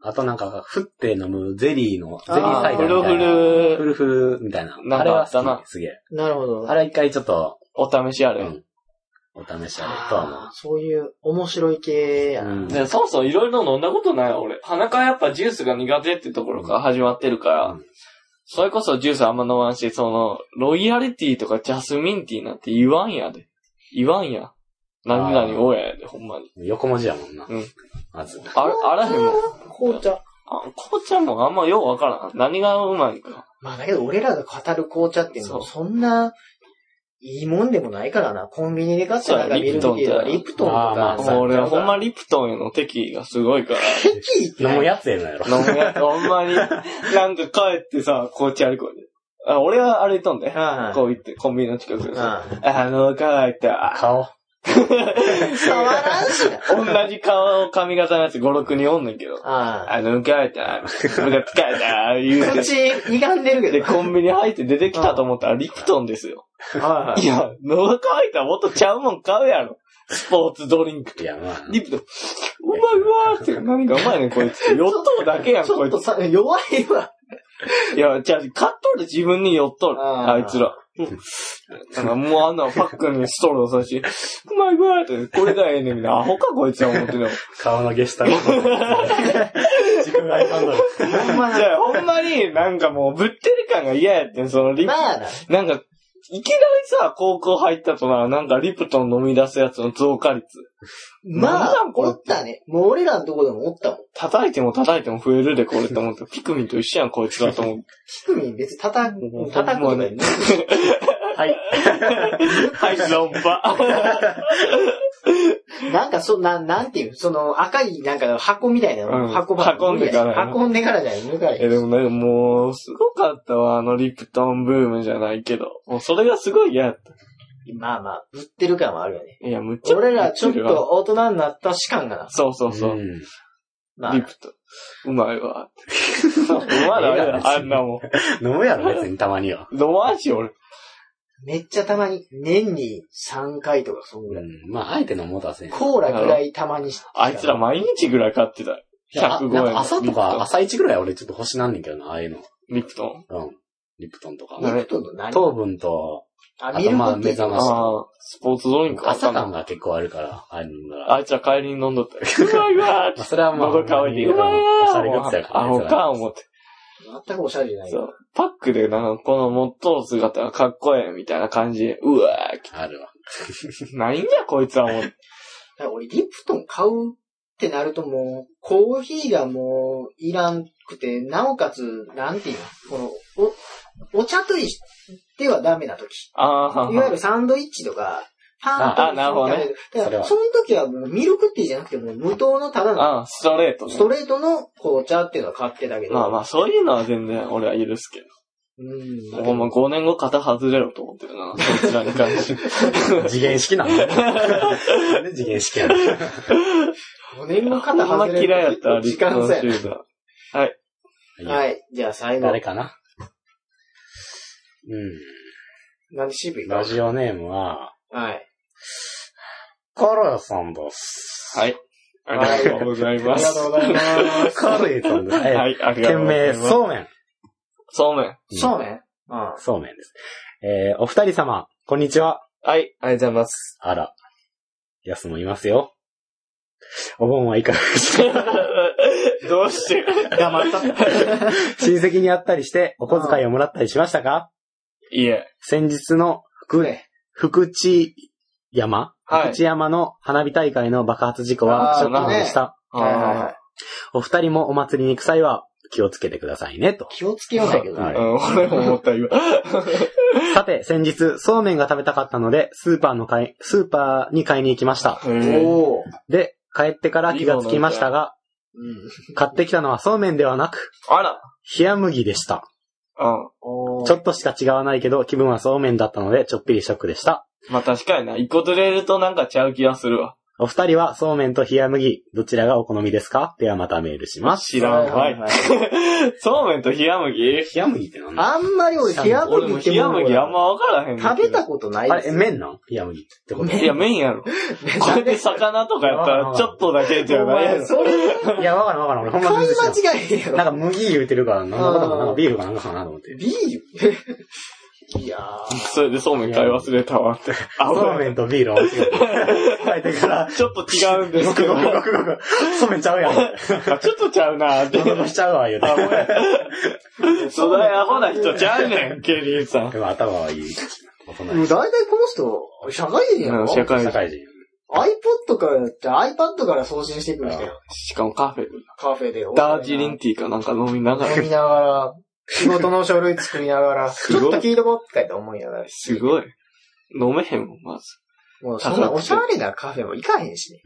S3: あとなんか、振って飲むゼリーの、ゼリー
S2: あ
S3: サイダー
S1: フ
S3: みたい
S1: ルフ
S3: な。フ
S1: ル、
S3: ルフルみたいな。
S1: なんか
S3: あれは
S1: あった
S3: 好
S1: な
S3: き。すげえ。
S2: なるほど。
S3: あれは一回ちょっと、
S1: お試しあ
S3: う
S1: れ。
S3: ん。お試しあれと
S2: あー
S3: は
S2: そういう面白い系やな。
S3: 思う。うん。
S1: で、そもそもいろいろ飲んだことない俺。鼻からやっぱジュースが苦手ってところから始まってるから、
S3: うん
S1: それこそジュースあんま飲まんし、その、ロイヤリティとかジャスミンティーなんて言わんやで。言わんや。何々をやで、ほんまに。
S3: 横文字やもんな。
S1: うん
S3: まず。
S1: あれ、あらへんもん。
S2: 紅茶。
S1: あ、紅茶もあんまようわからん。何がうまいか。
S2: まあだけど俺らが語る紅茶っていうのはそんな、いいもんでもないからな。コンビニで買ったらなんか
S1: そう
S2: ミ
S1: や
S2: ルクティーとか
S1: リ
S2: リプトンと
S3: あーま
S2: か
S3: あ。
S1: も
S3: そう
S1: 俺
S2: は
S1: はほんまリプトンへの敵意がすごいから。
S2: 敵って
S3: 飲
S2: 何
S3: むやつやのやろ。
S1: 飲むやつ、ほんま に。なんか帰ってさ、紅茶歩こうで。あ、俺は歩いとんで。
S2: はい
S1: こう行って、コンビニの近くでさ。
S2: うん
S1: あの、帰った。
S3: 顔。
S2: 伝わらんしな。
S1: 同じ顔、髪型のやつ5、6人おんねんけど。
S2: あ
S1: あの、帰った、ムカつかれた、言う
S2: あ。口、歪んでるけ
S1: て。で、
S2: ど。
S1: コンビニ入って出てきたと思ったら、リプトンですよ。
S2: はい
S1: や、喉乾いたらもっとちゃうもん買うやろ。スポーツドリンク。
S3: いや、まあ。
S1: リプトン、うまいうまーって、何がうまいねん、こいつ。酔っとうだけやん、
S2: ち
S1: こ
S2: ょっ
S1: い
S2: とさ、弱いわ。
S1: つ。いや、じゃあ、買っとる自分に酔っとる、
S2: あー
S1: あいつら。なんかもうあんなパックにストローさし、うまいうまいって、これがええねんみたいな。アホか、こいつは思ってんの。
S3: 顔の下下の。自分が選んだ
S2: ほんま
S1: いや、ほんまになんかもうぶってる感が嫌やってん、そのリプ
S2: まあな。
S1: なんか、いきなりさ、高校入ったとなら、なんかリプトン飲み出すやつの増加率。
S2: ま
S1: なん
S2: あ
S1: なん、これ
S2: おったね。もう俺らのとこでもおったもん。
S1: 叩いても叩いても増えるで、これって思って、 ピクミンと一緒やん、こいつだと思う。
S2: ピクミン別に叩
S1: もう
S2: く、叩くことない。
S3: はい。
S1: はい、論破。
S2: なんかそ、な、なんていう、その赤いなんか箱みたいなの、
S1: うん
S2: 箱ばっか
S1: 運んでからやな
S2: 運んでからじゃない、抜かれ へ
S1: え、
S2: ん
S1: でもなんかもう、すごかったわ、あのリプトンブームじゃないけど。もうそれがすごい嫌やった。
S2: まあまあ、ぶってる感はあるよね。
S1: いや、むっちゃ。
S2: 俺らちょっ
S1: ぶてるわ。
S2: と大人になったし感がな。
S1: そうそうそう。
S3: ん
S2: まあ
S1: リ、プトン。うまいわ。うまだよ、あんなも
S3: 飲むやろ、別にたまには。
S1: ん。飲まんし、俺。
S2: めっちゃたまに、年に3回とかそんぐ
S3: う
S2: らい。
S3: ん。まあ、あえて飲もうとはせん。
S2: コーラくらいたまにし
S1: あいつら毎日ぐらい買ってたよ。
S3: あ
S1: 105
S3: なん
S1: 円
S3: か。朝とか、朝一ぐらい俺ちょっと欲しなんねんけどな、ああいうの。
S1: リプトン。
S3: うん。リプトンとか。
S2: ミルクとの何
S3: 糖分と、
S2: あ、
S3: あ
S2: ミル
S3: と
S2: ク
S3: まあ
S2: ティ
S3: 目覚
S2: ー。
S3: まし。
S1: ああ、スポーツドリンクわか
S3: 朝
S1: んない
S3: 感が結構あるから、ああいうのなら。
S1: あいつら帰りに飲んどったよ。うわ、うわ
S3: まあ、それはまあ、
S1: 喉乾いて、うわ
S3: 出され
S1: も
S3: が
S1: う
S3: ちだから
S1: ア
S3: ね
S1: ホ
S3: それは
S1: か、思って。
S2: 全くおしゃれじゃない
S1: そう。パックでな、この持っとう姿がかっこええみたいな感じで、うわー
S3: あるわ。
S1: きないんや、こいつはもう。
S2: だから俺、リプトン買うってなるともう、コーヒーがもう、いらんくて、なおかつ、なんていうのこの、お、お茶としてはダメな時。
S1: あ
S2: いわ
S1: あ、
S2: ゆるサンドイッチとか、パンと
S1: ああなるほどね。
S2: だ
S3: そ
S2: か
S3: れ
S2: ら
S3: は
S2: その時はもうミルクティーじゃなくてもう無糖のただの
S1: ああ、ストレートね
S2: ストレートの紅茶っていうのは買ってたけど。
S1: まあまあ、そういうのは全然俺は許すけ
S2: うん。
S1: ど。ほんま5年後肩外れろと思ってるな、そいつらに関 して。
S3: 次元式なのなんで次元式やの
S2: 5年後
S1: ほん
S2: 肩
S1: ま
S2: 外れ
S1: 嫌いやったら、
S2: 時間差や
S1: 立候補
S2: な。はい。じゃあ最後
S3: 誰。かなう
S2: なんで渋い
S3: ん。
S2: か
S3: ラジオネームは、
S2: はい。
S3: カロヤさんです。
S1: はい。ありがとうござい
S2: あ
S1: ま
S2: り
S1: す
S2: が。とうございます。
S3: カロヤさんです。
S1: は
S3: はい。
S1: い、ありがと
S3: 懸
S1: うござい
S3: 命、
S1: ます。
S3: そうめん。
S1: そうめん。
S2: そうね。うん。
S3: そうめんです。えー、お二人様、こんにちは。
S1: はい、ありがとうございます。
S3: あら。やすもいますよ。お盆はいかがでした
S1: どうして
S2: 黙った。
S3: 親戚に会ったりして、お小遣いをもらったりしましたか
S1: いえ。
S3: 先日の 福、
S2: ね
S3: 福知山、
S1: はい
S3: 福知山の花火大会の爆発事故は
S2: あー
S3: ショックでした。
S2: はいはいはい。
S3: お二人もお祭りに行く際は気をつけてくださいね、と。
S2: 気をつけようだけど
S3: は
S2: ね。
S3: い
S1: うん、俺も思った今。
S3: さて、先日、そうめんが食べたかったので、スーパーの買い、スーパーに買いに行きました。
S1: へえ
S2: おー。
S3: で、帰ってから気がつきましたが、
S2: うん。
S3: 買ってきたのはそうめんではなく、
S1: あら。
S3: 冷麦でした。
S1: うん。
S2: おー
S3: ちょっとしか違わないけど、気分はそうめんだったので、ちょっぴりショックでした。
S1: まあ確かにな。一個取れるとなんかちゃう気がするわ。
S3: お二人はそうめんと冷麦、どちらがお好みですかではまたメールします。
S1: 知らんわ
S2: はい
S1: い。
S2: はい
S1: そうめんと冷麦
S3: 冷麦って何
S2: あんまり俺、冷
S1: 俺も
S2: 麦って
S1: 冷
S2: もの
S1: 麦あんまわからへんねんけど。
S2: 食べたことない
S3: あ
S2: で
S3: れ、
S2: す
S3: え、麺なん冷麦ってこと
S1: いや、麺やろ。これで魚とかやったらちょっとだけじゃ
S2: お
S1: ないや
S2: 前、
S1: ろ。
S2: それ、
S3: いや、わからんわからん。俺ほんま
S2: 買い
S3: 全然知
S2: 間違えへんや
S3: らん。な
S2: ろ。
S3: んか麦言うてるから、なんだかともなんかビールかなんかかなと思って。
S2: ビール いやー。
S1: それでそうめん買い忘れたわって。あ、
S3: そう
S1: 俺
S3: めんとビールを間違えて。書いてから、
S1: ちょっと違うんですけ ど。
S3: ごくご
S1: あ
S3: くごくごくそうめんちゃ うやん。
S1: ちょっとちゃうなーって。
S3: 喉しちゃうわ、言う
S1: あ、ほ
S3: て。
S1: ら。そだいアホな人ちゃうねん、ケリーさん。
S3: でも頭はいい。大人
S2: もう大体この人、社会人や
S1: う
S2: ろ
S1: ん社会
S3: 社
S1: 人。
S3: 会人。
S2: iPod から、じゃあ iPad から送信してくる人や
S1: しかもカフェ。
S2: カフェで。
S1: ダージリンティーかなんか飲みなが
S2: 飲
S1: ら。
S2: みながら、仕事の書類作りながら、ち
S1: ごい
S2: ょっと聞いとこうって書いて思いながら。
S1: すごい。飲めへんもん、まず。
S2: もうそんなおしゃれなカフェも行かへんしね。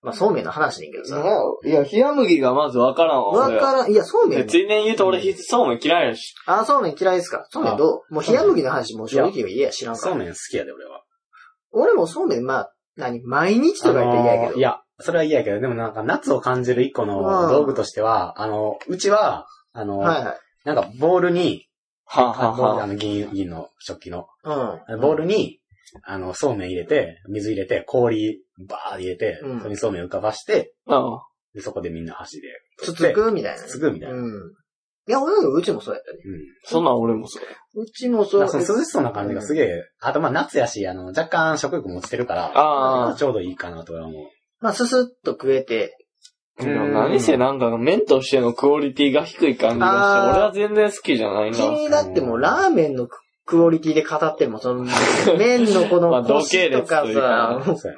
S2: まあ、そうめんの話ねんけどさ。
S1: いや、冷麦がまずわからんわ。
S2: わ
S1: 俺
S2: からん、いや、そうめ
S1: で
S2: ん、
S1: ついでに言うと俺、ひそうめん嫌いやし。
S2: あ、そうめん嫌いですかそうめんどうもう冷麦の話もう正直言えや知らんか
S3: そう
S2: ら。
S3: めん好きやで、俺は。
S2: 俺もそうめん、まあ、何毎日とか言って嫌やけ
S3: あの
S2: ど
S3: い。や、それは嫌やけど、でもなんか夏を感じる一個の
S2: うん
S3: 道具としては、あの、うちは、あの、
S2: はいはい。
S3: なんかボールに、
S1: はあ、
S3: あ
S1: はあはあ、
S3: の銀、銀の食器の、
S2: うん。
S3: ボールに、あの、そうめん入れて、水入れて、氷、バー入れて、
S2: うん
S3: そこにそうめん浮かばして、
S1: うん。
S3: でそこでみんな箸で、
S2: つつくみたいなね。
S3: すぐみたいな。うん。
S2: うん。いや、俺のうちもそうやったね。
S1: そんなん俺もそう。
S2: うちもそ
S3: な
S2: う。
S3: んかその涼しそうな感じがすげえ、あとまあ夏やし、あの、若干食欲も落ちてるから、
S1: あ
S3: ちょうどいいかなとは思う。
S2: まあ、すすっと食えて。
S1: あ。でも何せなんかの麺としてのクオリティが低い感じがして、
S2: あー
S1: 俺は全然好きじゃないな。
S2: 君だってもうラーメンのクオリティで語っても、その、麺のこ
S1: まあ
S2: の
S1: 同
S2: コ
S1: 系
S2: シと
S1: 列
S2: か
S1: という
S2: さ、
S1: か
S2: もうだか
S3: そう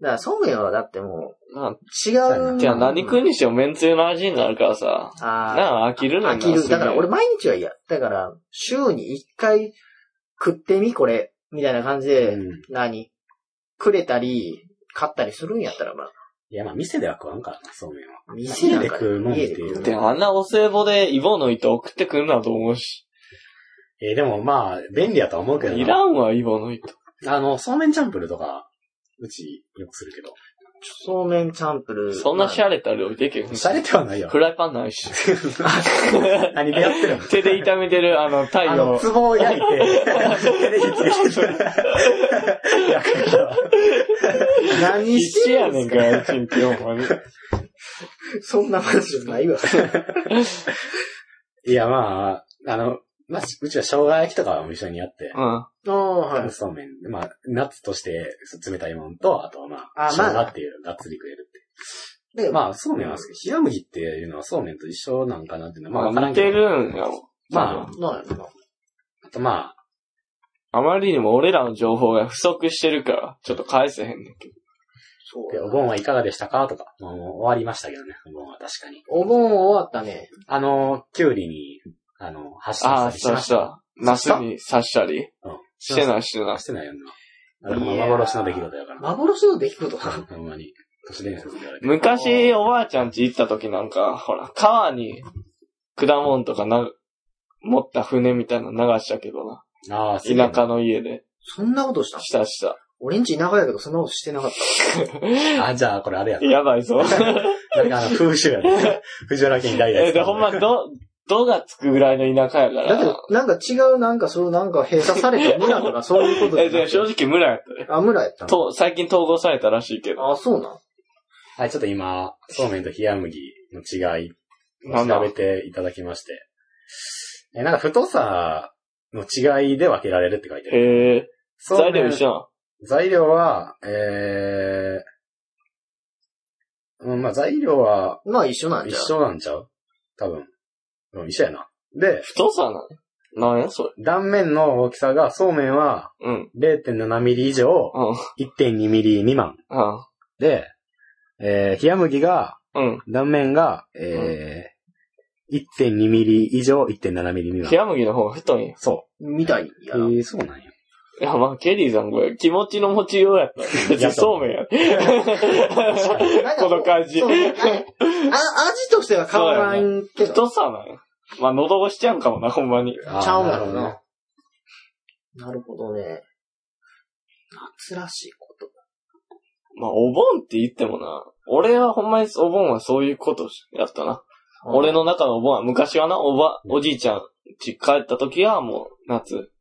S3: や
S2: らそうめんはだっても
S1: ま
S2: う、違
S3: そう
S2: う。
S1: あ、じゃあ何食うにしても麺つゆの味になるからさ。
S2: あー
S1: なあ、飽きるの
S2: 飽きる。だから俺毎日は嫌。だから、週に一回食ってみ、これ。みたいな感じで、
S3: うん
S2: 何くれたり、買ったりするんやったら、まあ、
S3: いや、まあ、店では食わんからな、そうめんは。
S2: 店なんか
S3: 家で食うもんっていう
S1: でもあんなお歳暮でイボの糸送ってくるなと思うし。
S3: えーでもまあ、便利やとは思うけど
S1: い
S3: な。
S1: らんわ、イボの糸。
S3: あの、そうめんチャンプルとか、うちよくするけど。
S2: そうめんチャンプル。
S1: そんなシ
S2: ャ
S1: ャレた料理できる
S3: シャレてはないよ
S1: フ。ライパンないし。
S3: 何でやってるの
S1: 手で炒めてる、あの、太
S3: あ
S1: 陽
S3: の、。ツボを焼 いて、手で火つけてる。やるけど
S2: 何
S1: 必
S2: し
S1: 死
S2: て
S1: や
S2: ん
S1: ねん
S2: す
S1: か、
S2: から
S1: うちんちほんまに。
S2: そんな話じ ゃないわ。
S3: いや、まあ、あの、まあ、うちは生姜焼きとかは一緒にやって、
S1: うん。
S2: ああ、はい。
S3: そうめん、まあ、ナッツとして冷たいものと、あとはまあ、
S2: あまあ
S3: 生姜っていう、がっつり食えるって。
S2: で
S3: まあ、そうめんは、冷麦っていうのはそうめんと一緒なんかなっていうのは、まあ、わか
S1: ま
S3: ら
S1: あ、
S3: ん
S1: 似
S3: け
S1: て
S3: ど。
S1: るんやろ。
S3: まあ、
S2: なんやろな。
S3: あとまあ、
S1: あまりにも俺らの情報が不足してるから、ちょっと返せへんねんけど。
S2: そう
S3: で
S2: や
S3: お
S2: な。
S3: 盆はいかがでしたかとか、まあもう終わりましたけどね、お盆は確かに。
S2: お盆終わったね。
S3: あの、キュウリに、あの、ハッシュ
S1: あ
S3: タ
S1: あ、
S3: グし
S1: 刺し。
S3: たりしました
S1: ナスに刺したり
S3: うん
S1: してない、してない
S3: た。。してないよな。あれも幻の出来事やから。
S2: 幻の出来事か。
S3: ほんまに。都市伝説って言われて。
S1: 昔、おばあちゃん家行った時なんか、ほら、川に果物とかな、持った船みたいなの流したけどな。
S3: ああ、すげえ
S1: 田舎の家で。
S2: そんなことした
S1: したした。
S2: 俺んち田舎やけど、そんなことしてなかっ
S3: あ、じゃあ、これあれやな。
S1: やばいぞ。
S3: なんかあの、風習や ね。藤原家に代 々
S1: え、で、ほんま、ど、どがつくぐらいの田舎やか
S2: た。だけ
S1: ら
S2: ど。、なんか違う、なんかそう、なんか閉鎖された村とか、そういうこと
S1: え、
S2: じゃ
S1: で、
S2: な
S1: 正
S2: く
S1: 直村やったね。
S2: て。あ、村やったの
S1: と、最近統合されたらしいけど。
S2: あ、そうなん。
S3: はい、ちょっと今、そうめんと冷麦の違い
S1: な
S3: を
S1: んだ
S3: 調べていただきまして。え、なんか太さの違いで分けられるって書いてある。
S1: へえ。
S3: そう
S1: 材
S3: め
S1: 料
S3: ん
S1: 一緒な
S3: 材料は、えー、うん、まあ材料は
S2: まあ一緒なんじ
S3: 一
S2: ゃう。
S3: 緒なんちゃう多分。うん、一緒やな。で、
S1: 太さなのなんやそれ。
S3: 断面の大きさが、そうめんは
S1: うん。
S3: 0.7ミリ以上、
S1: うん。
S3: 1.2ミリ未満。で、えー、冷麦が、
S1: うん。うん。
S3: 断面が、えー、1.2ミリ以上、1.7ミリ未
S1: 冷
S3: 満。
S1: 麦の方が太いんや。
S3: そ
S2: みたいやな。
S3: う。えー、そうなんや。
S1: いや、まあ、ケリーさんこれ、気持ちの持ちようやった。 別にそうめんや。
S2: なんか
S1: この感じ
S2: そう。ねあ、味としては変わらんけど。
S1: 太さなんや。まあ、喉越しちゃうんかもな、ほんまに。
S3: あー
S2: ちゃうん
S3: な
S2: や
S3: る
S2: ろ
S3: ほ
S2: な
S3: どね。
S2: なるほどね。夏らしいこと。
S1: まあ、お盆って言ってもな、俺はほんまにお盆はそういうことやったな。俺
S2: の。
S1: の中のお盆は、昔はな、おば、おじいちゃん家帰った時はもう、夏。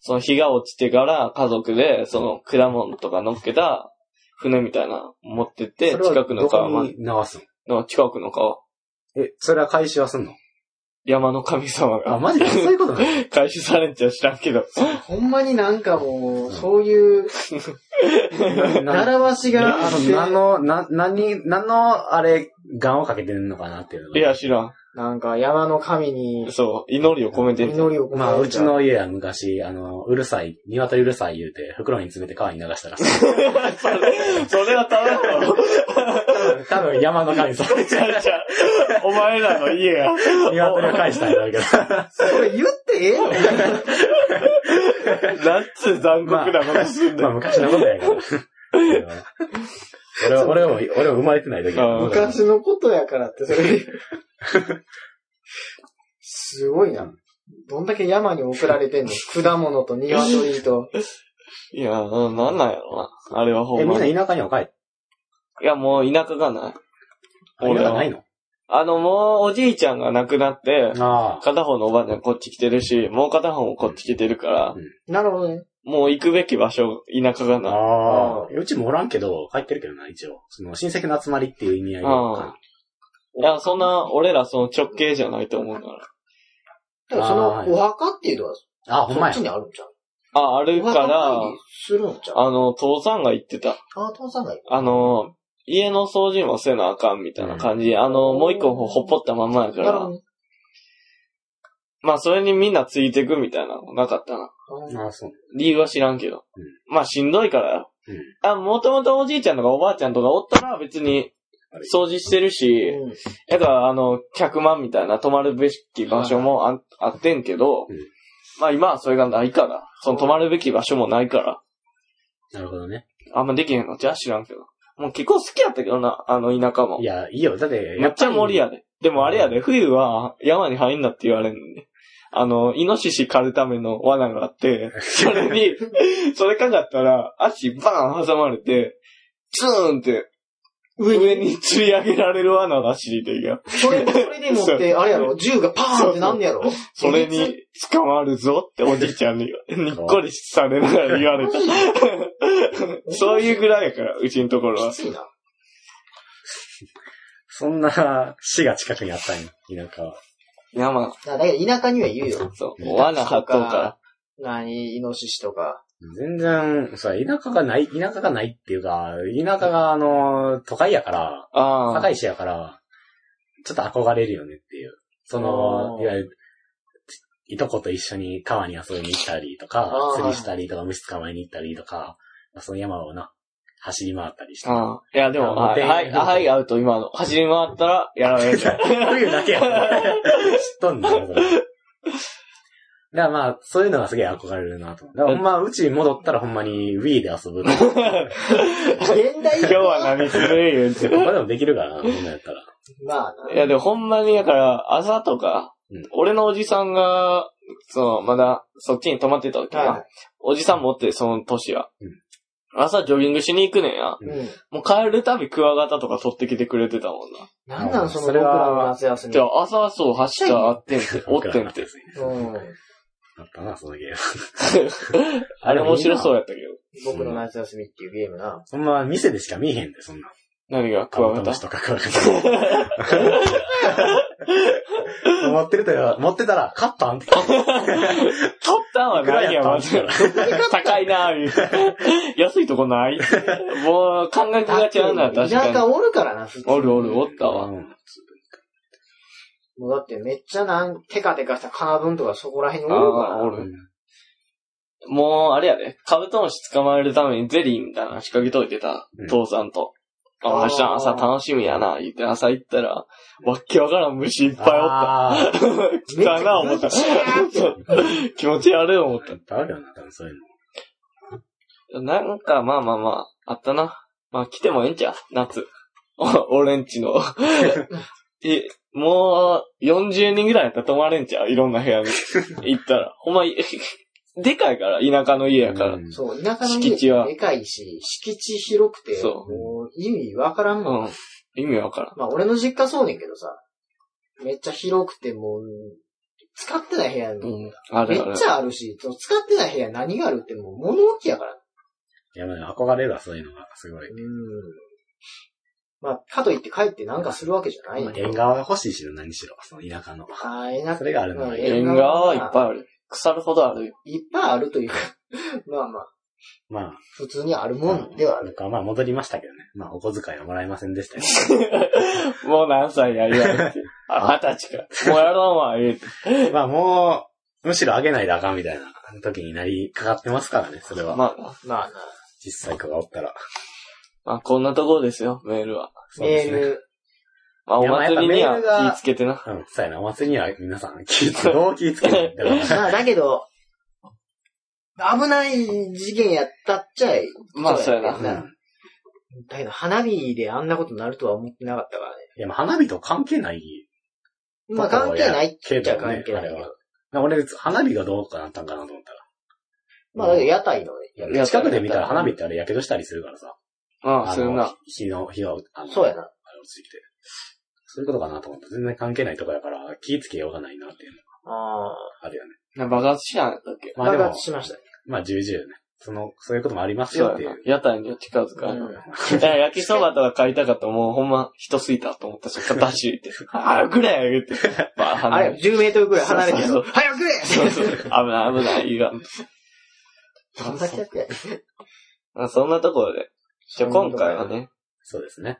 S1: その日が落ちてから家族で、その果物とか乗っけた船みたいな持ってって、
S3: それは
S1: 近くの川ま
S3: どこ
S1: で
S3: に流す
S1: の近くの川、
S3: のえ、それは回収はすんの
S1: 山の神様
S3: あ、
S1: が
S3: マジでそういうことなの
S1: 回収されんちゃ知らんけど。
S2: ほんまになんかもう、そういう、習わしがあ
S3: あ
S2: っ
S3: の、
S2: て、
S3: 何の、な、何、何の、あれ、願をかけてんのかなっていうのが
S1: いや、知らん。
S2: なんか山の神に
S1: そう、祈りを込 めてる。
S2: 祈りを込め
S3: まあ、
S2: た
S3: うち。の家は昔、あの、うるさい、鶏うるさい言うて、袋に詰めて川に流したら しい、
S1: それそれはただの、
S3: 多分山の神様。
S1: じ ゃじゃ お前らの家 や。
S3: 鶏を返したんだろうけど。
S2: それ言ってええの
S1: なんつう残酷なことすん
S3: ま
S1: だ
S3: あ、昔のことやから。俺は、俺は、俺は生まれてない時だ
S1: うん
S2: 昔のことやからって、それ。すごいな。どんだけ山に送られ てんの果物と鶏と。
S1: いや、うんなんなんやろな。あれはほ
S3: え、
S1: んまに。
S3: みんな田舎には帰って
S1: いや、もう田舎がない。
S3: 田
S1: 俺は
S3: 舎ないの
S1: あの、もうおじいちゃんが亡くなって、
S3: ああ。
S1: 片方のおばあちゃんこっち来てるし、もう片方もこっち来てるから、
S2: なるほどね。
S1: もう行くべき場所、田舎がない。
S3: ああ。うちもおらんけど、帰ってるけどな、一応。その、親戚の集まりっていう意味合いで。
S1: あいや、そんな、俺らその直系じゃないと思うから。
S2: でもそ
S3: あ
S2: の
S3: ー
S2: お墓っていうのは、
S3: あ、ほん
S2: そ
S3: ま
S2: っ
S3: や
S2: ち。にあるんちゃう
S1: あ、ある
S2: お
S1: か
S2: 墓
S1: ら
S2: 参り、するんちゃう
S1: あの、父さんが言ってた。
S2: あ、父さんがいい。
S1: あの、家の掃除もせなあかんみたいな感じで、あの、もう一個ほっぽったまんまやか
S2: な
S1: ら
S2: るほど、ね。
S1: まあそれにみんなついてくみたいなのなかったな。
S3: ああ、そう。
S1: 理由は知らんけど。まあしんどいからよ。
S3: うん
S1: あ、もともとおじいちゃんとかおばあちゃんとかおったら別に掃除してるし、
S2: うん
S1: やから、あの、客満みたいな泊まるべき場所もああってんけど、
S3: うん
S1: まあ今はそれがないから、その泊まるべき場所もないから、
S3: なるほどね。
S1: あんまできへんのじゃあ知らんけど。もう結構好きやったけどな、あの田舎も
S3: い。や、いいよ。だって、
S1: めっちゃ森
S3: やっ
S1: やで。でもあれやで、冬は山に入んなって言われんのね。あの、イノシシ狩るための罠があ って、それに、それかかったら、足バーン挟まれて、ツーンって、上に釣り上げられる罠が知りてるよ。
S2: それ、それでもって、あれやろ銃がパーンってなんねやろ
S1: それに捕まるぞっておじいちゃんににっこりされながら言われた。 そういうぐらいやから、うちのところは
S2: き。ついな。
S3: そんな死が近くにあったんや、田舎は。
S1: 山、
S2: だから田舎には言うよ。
S1: そう、罠張っとうか
S2: 何、イノシシとか。
S3: 全然、さ、田舎がない、田舎がないっていうか、田舎が、あの、都会やから、
S1: ら。ああ。
S3: 堺市やから、ちょっと憧れるよねっていう。そ
S2: あ
S3: の、
S2: ー
S3: いわゆる、いとこと一緒に川に遊びに行ったりとか
S2: あー、
S3: 釣りしたりとか、虫捕まえに行ったりとか、まあその山をな、走り回ったりして。
S1: ああいや、でも、
S3: あ
S1: はい、
S3: の
S1: はい、
S3: 電話
S1: はい、アウト、今の。走り回ったら、やられ る。
S3: 冬だけ やね。知っとんだよ、それ。だからまあ、そういうのがすげえ憧れるなと。だからほんま、うちに戻ったらほんまに Wii で遊ぶとか。
S2: 現代
S1: 今日は何する言うて。
S3: どこでもできるからな、そんなんやったら。
S2: まあ
S1: いや、でもほんまに、だから、朝とか、
S3: うん
S1: 俺のおじさんが、そう、まだ、そっちに泊まってた時
S2: な。は
S1: は、おじさん持って、その年は
S3: うん。
S1: 朝ジョギングしに行くねんや。
S2: い。うん。
S1: もう帰るたびクワガタとか取ってきてくれてたもんな。
S2: なんなんその僕
S3: それ
S2: ら
S3: は
S2: の夏休み
S1: で。朝そう走ったらあってんて、おっ
S3: 僕ら
S1: て
S3: の
S1: ん
S3: 夏
S1: て。
S3: 休み
S2: うん。
S3: あったな、そのゲーム。
S1: あれ面白そうやったけど。
S2: 僕の夏休みっていうゲームな。
S3: ほんま、店でしか見えへんで、そんな。
S1: 何が
S3: カ
S1: ク
S3: ブ
S1: ワ
S3: ト
S1: ガ
S3: ムシ
S1: タ
S3: とかクワガ タ。持ってるとよ、持ってたら、カッパンって。
S1: 取ったんはないやん、まず。高いなぁ、みたいな。安いとこないもう、感覚が違うな、確か
S2: 田舎
S1: に。
S2: おるからな、普通
S1: おるおる、おった
S3: う
S1: わ。
S3: ん
S2: もうだってめっちゃなん、テカテカしたカーブンとかそこら辺
S1: あ
S2: におるから
S1: あ、
S2: な。
S1: おる。もう、あれやで、カブトムシ捕まえるためにゼリーみたいなの仕掛けといてた
S3: うん、
S1: 父さんと。あ、
S2: あー
S1: 明日朝楽しみやな、言って朝行ったら、わっけわからん虫いっぱいおった。
S3: あー
S1: 来たな、思った。 気持ち悪い思っ
S3: いっぱいあるよな、多分そういうの。
S1: た。なんか、まあまあまあ、あったな。まあ来てもええんちゃう夏。 お俺んちの。 え、もう、40人ぐらいやったら泊まれんちゃういろんな部屋に行ったら。ほんま、い でかいから、田舎の家やから。
S3: うん
S2: そう、田舎の
S1: 敷地
S2: 家
S1: は
S2: でかいし、敷地広くて、
S1: そう
S2: もう意味わからんもん。
S1: うん。意味わから
S2: まあ俺の実家そうねんけどさ、めっちゃ広くてもう、使ってない部屋
S1: ん。うん
S2: に、。
S1: あるあ
S2: めっ
S1: る
S2: ち。ゃあるし、その使ってない部屋何があるってもう物置やから。
S3: いや、まあ憧れるわ、そういうのが。すごい。
S2: うん。まあ、かといって帰ってなんかするわけじゃないんだ
S3: まあ
S2: けど
S3: 縁側が欲しいしろ、何しろ。その田舎の。
S2: はい、なん
S3: そ
S2: か
S3: れがあるのがいい。
S1: 縁側はいっぱいある。腐るほどあるよ。
S2: いっぱいあるというか、 まあまあ、
S3: まあ、
S2: 普通にあるもんではある。
S3: 僕はまあ戻りましたけどね。まあお小遣いはもらえませんでしたよ。
S1: もう何歳や、言われて。あ、二十歳か。もうやろうわ、言うて。
S3: まあもう、むしろあげないとあかんみたいな時になりかかってますからね、それは。
S1: まあ、
S2: まあな、
S3: 実際子がおったら。
S1: まあ、こんなところですよ、メールは。
S3: そうで
S2: メ
S3: す
S2: ー
S3: ね。
S2: ル、
S1: まあ、お
S3: いやまあやっぱ
S1: 祭りに
S3: メールが
S1: は気ぃつけてな。
S3: うん、そうやな。お祭りには皆さん気ぃつけ、どう気ぃつけてんだろう
S2: まあだけど、危ない事件やったっちゃい。
S1: まあ、そうや
S2: そうや
S1: な。
S3: うん
S2: だけど花火であんなことになるとは思ってなかったからね。
S3: いや、まあ花火と関係ない。
S2: まあ関係ないっ
S3: け
S2: ち
S3: ど
S2: ゃ
S3: ね、
S2: 関係な
S3: あ
S2: い
S3: れ
S2: けど。
S3: は。俺、花火がどうかなったんかなと思ったら。
S2: まあだけど屋台のね。
S1: や
S3: 近くで見たら花火ってあれ、火傷したりするからさ。
S1: うん、するな。。
S3: 火の、火が、あの、
S2: そうやな。
S3: あれ落ちてきて。そういうことかなと思った。全然関係ないとこやから、気ぃつけようがないなっていうの
S2: あ
S3: あるよね。
S1: な爆発しなかったっけ
S2: あ。
S3: まあで
S2: 爆
S3: も
S2: 発、しましたね。
S3: まあ重々ね。その、そういうこともあります
S1: そ
S3: よっ
S1: う
S3: てい
S1: やな
S3: う。。
S1: 屋台には近づか
S2: う
S1: なんい。いや焼きそばとか買いたかったらもうほんま人すいたと思ったし、ダッシュ行って。ああ、くれ言って。まあ、
S2: あれ、
S1: 離れ
S2: 10メートルくらい離れてる
S1: そ
S2: の。
S1: う
S2: 早くれ
S1: そうそう。危ない危ない。言わん
S2: どんだけやってや
S1: まあそんなところで。じゃあ今回は。ね、
S3: そうですね。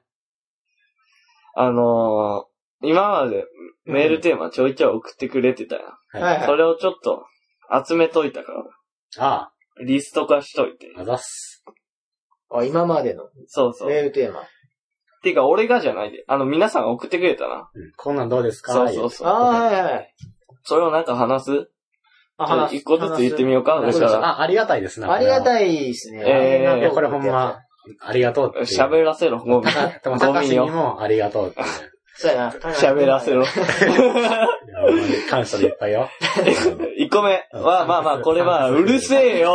S1: あの今までメールテーマちょいちょい送ってくれてたやん。
S3: はい
S2: はいはい
S1: それをちょっと集めといたから、
S3: あ
S1: リスト化しといて。
S3: あ、あざっす。
S2: あ、今までの
S1: そうそう。
S2: メールテーマ。
S1: てか、俺がじゃないで。あの、皆さんが送ってくれたな。
S3: うん、こんなんどうですか
S1: そうそうそう。
S2: あーはいはい。
S1: それをなんか話す
S2: あ話す
S1: 一個ずつ言ってみようか。
S3: 言う
S1: そし
S3: そう
S1: た
S3: そう
S1: ら、
S3: あ、ありがたいですな。
S2: ありが
S3: い。
S2: たいですね。
S1: えー
S2: あ
S3: いや、これほんま。、ありがとうっていう。
S1: 喋らせろ、 ゴミ。
S3: でも、高
S1: ゴ
S3: 橋
S1: ミ
S3: に
S1: よ。
S3: もありがとうっていう。
S2: そうやな。
S1: 喋らせろ。
S3: いやほんまに感謝でいっぱいよ。
S1: 1個目は、まあまあ、これは、うるせ えよ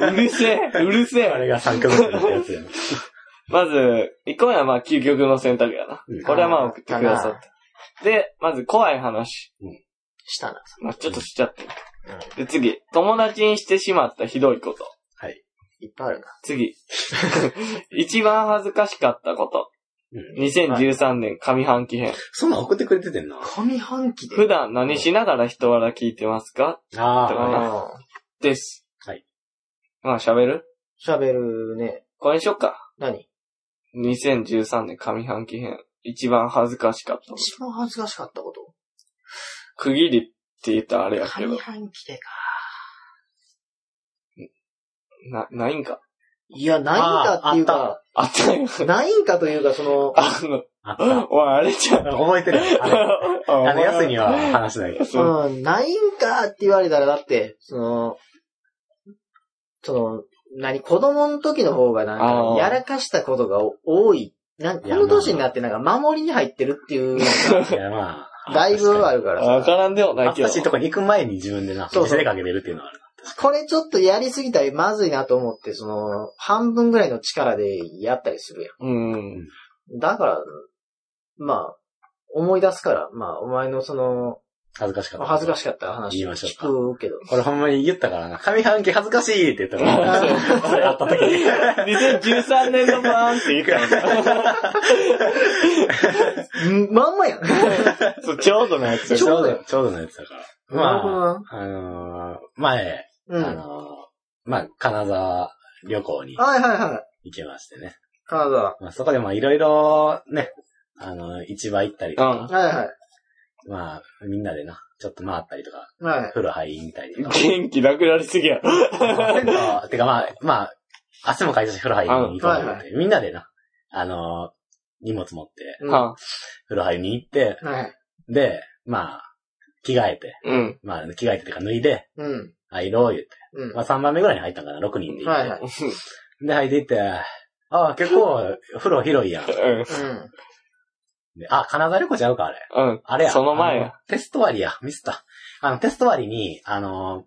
S1: うるせえうるせ
S3: あ
S1: え
S3: れが3曲目ってやつやな。
S1: まず、1個目はまあ、究極の選択やな
S3: うん。
S1: これはまあ、送ってくださって。で、まず、怖い話。
S2: したな。
S1: まあ、ちょっとしちゃって。で、次、友達にしてしまったひどいこと。
S2: いっぱいあるな。
S1: 次。一番恥ずかしかったこと。
S3: う
S1: 2013年上半期編。
S3: そんなん送ってくれててんな。
S2: 上半期で。
S1: 普段何しながら人柄聞いてますか
S3: あ
S1: と
S3: あ、
S1: かね
S2: あー
S1: です。
S3: はい。
S1: まあ喋る
S2: 喋るね。
S1: これにしよっか。
S2: 何
S1: 2013年上半期編。一番恥ずかしかったこと。
S2: 一番恥ずかしかったこと。
S1: 区切りって言ったらあれやけ
S2: 上
S1: ど。
S2: 半期でか。
S1: な、ないんか。
S2: いや、ないんかっていう
S3: あ
S2: か、
S1: あったよ。
S2: ないんかというか、その、
S1: あの、
S3: あった。
S1: おい、あれじゃん。
S3: 覚えてる。あれ あの、やすに
S1: に
S3: は話しない。
S1: そう。
S2: うん、ないんかって言われたら、だって、その、その、何、子供の時の方がなん
S1: あ
S2: か
S1: ー、
S2: やらかしたことが多い。なんこ
S3: いや
S2: の年になってなんか守りに入ってるって いう、
S3: いや、ま
S2: だいぶあるから
S1: わ
S2: さ。
S1: からんでも
S3: あ、
S1: ないけど
S3: 懐かし。いとこに行く前に自分でな、
S2: そうそう
S3: 店でかけてるっていうのはある。
S2: これちょっとやりすぎたらまずいなと思って、その、半分ぐらいの力でやったりするや
S1: うん。
S2: ん。だから、まあ、思い出すから、まあ、お前のその、
S3: 恥ずかしかった。
S2: 恥ずか
S3: し
S2: しかった話
S3: 言いましょ
S2: 聞
S3: うか
S2: くけど。
S3: い。俺ほんまに言ったからな、上半期恥ずかしいって言ったから
S1: そう
S3: な、それあった時に。
S1: 2013年のバーンって言ったの
S2: んまんま やん。
S1: そうちょうどのやつ。
S3: ちょうど、ちょうどのやつだから。
S2: なるほど
S3: ま
S2: な。
S3: あ、あのー、前、
S2: う
S3: あ
S2: ん。
S3: の
S2: は
S3: ー、まあ、金沢旅行に
S2: いはいはい。
S3: 行きましてね。
S2: カナダ。は
S3: まあ、そこでまあ、いろいろ、ね、あのー、市場行ったりとか、
S2: いは
S3: まあ、みんなでな、ちょっと回ったりとか、
S2: い。はい。
S3: 風呂入りに行ったりとか。
S1: 元気なくなりすぎやろ。
S3: なんか てかまあ、まあ、汗もかいたし風呂入りに行こうと思
S2: あ
S3: って、みんなでな、あのー、荷物持って、
S2: うん
S1: は
S3: 風呂入りに行って、
S2: はい。
S3: で、まあ、着替えて、
S1: うん。
S3: まあ、着替えてっていうか脱いで、
S2: うん。
S3: 入ろう言って。
S2: うん。
S3: まあ、3番目ぐらいに入ったんかな、6人で行っ
S2: は
S3: て。
S2: いはい。
S3: で、入っていって、ああ、結構、風呂広いやん。
S1: うん。
S2: うん。
S3: であ、金沢旅行ちゃうか、あれ。
S1: うん。
S3: あれや。
S1: その前や
S3: あの。テスト割や。ミスった。あの、テスト割に、あのー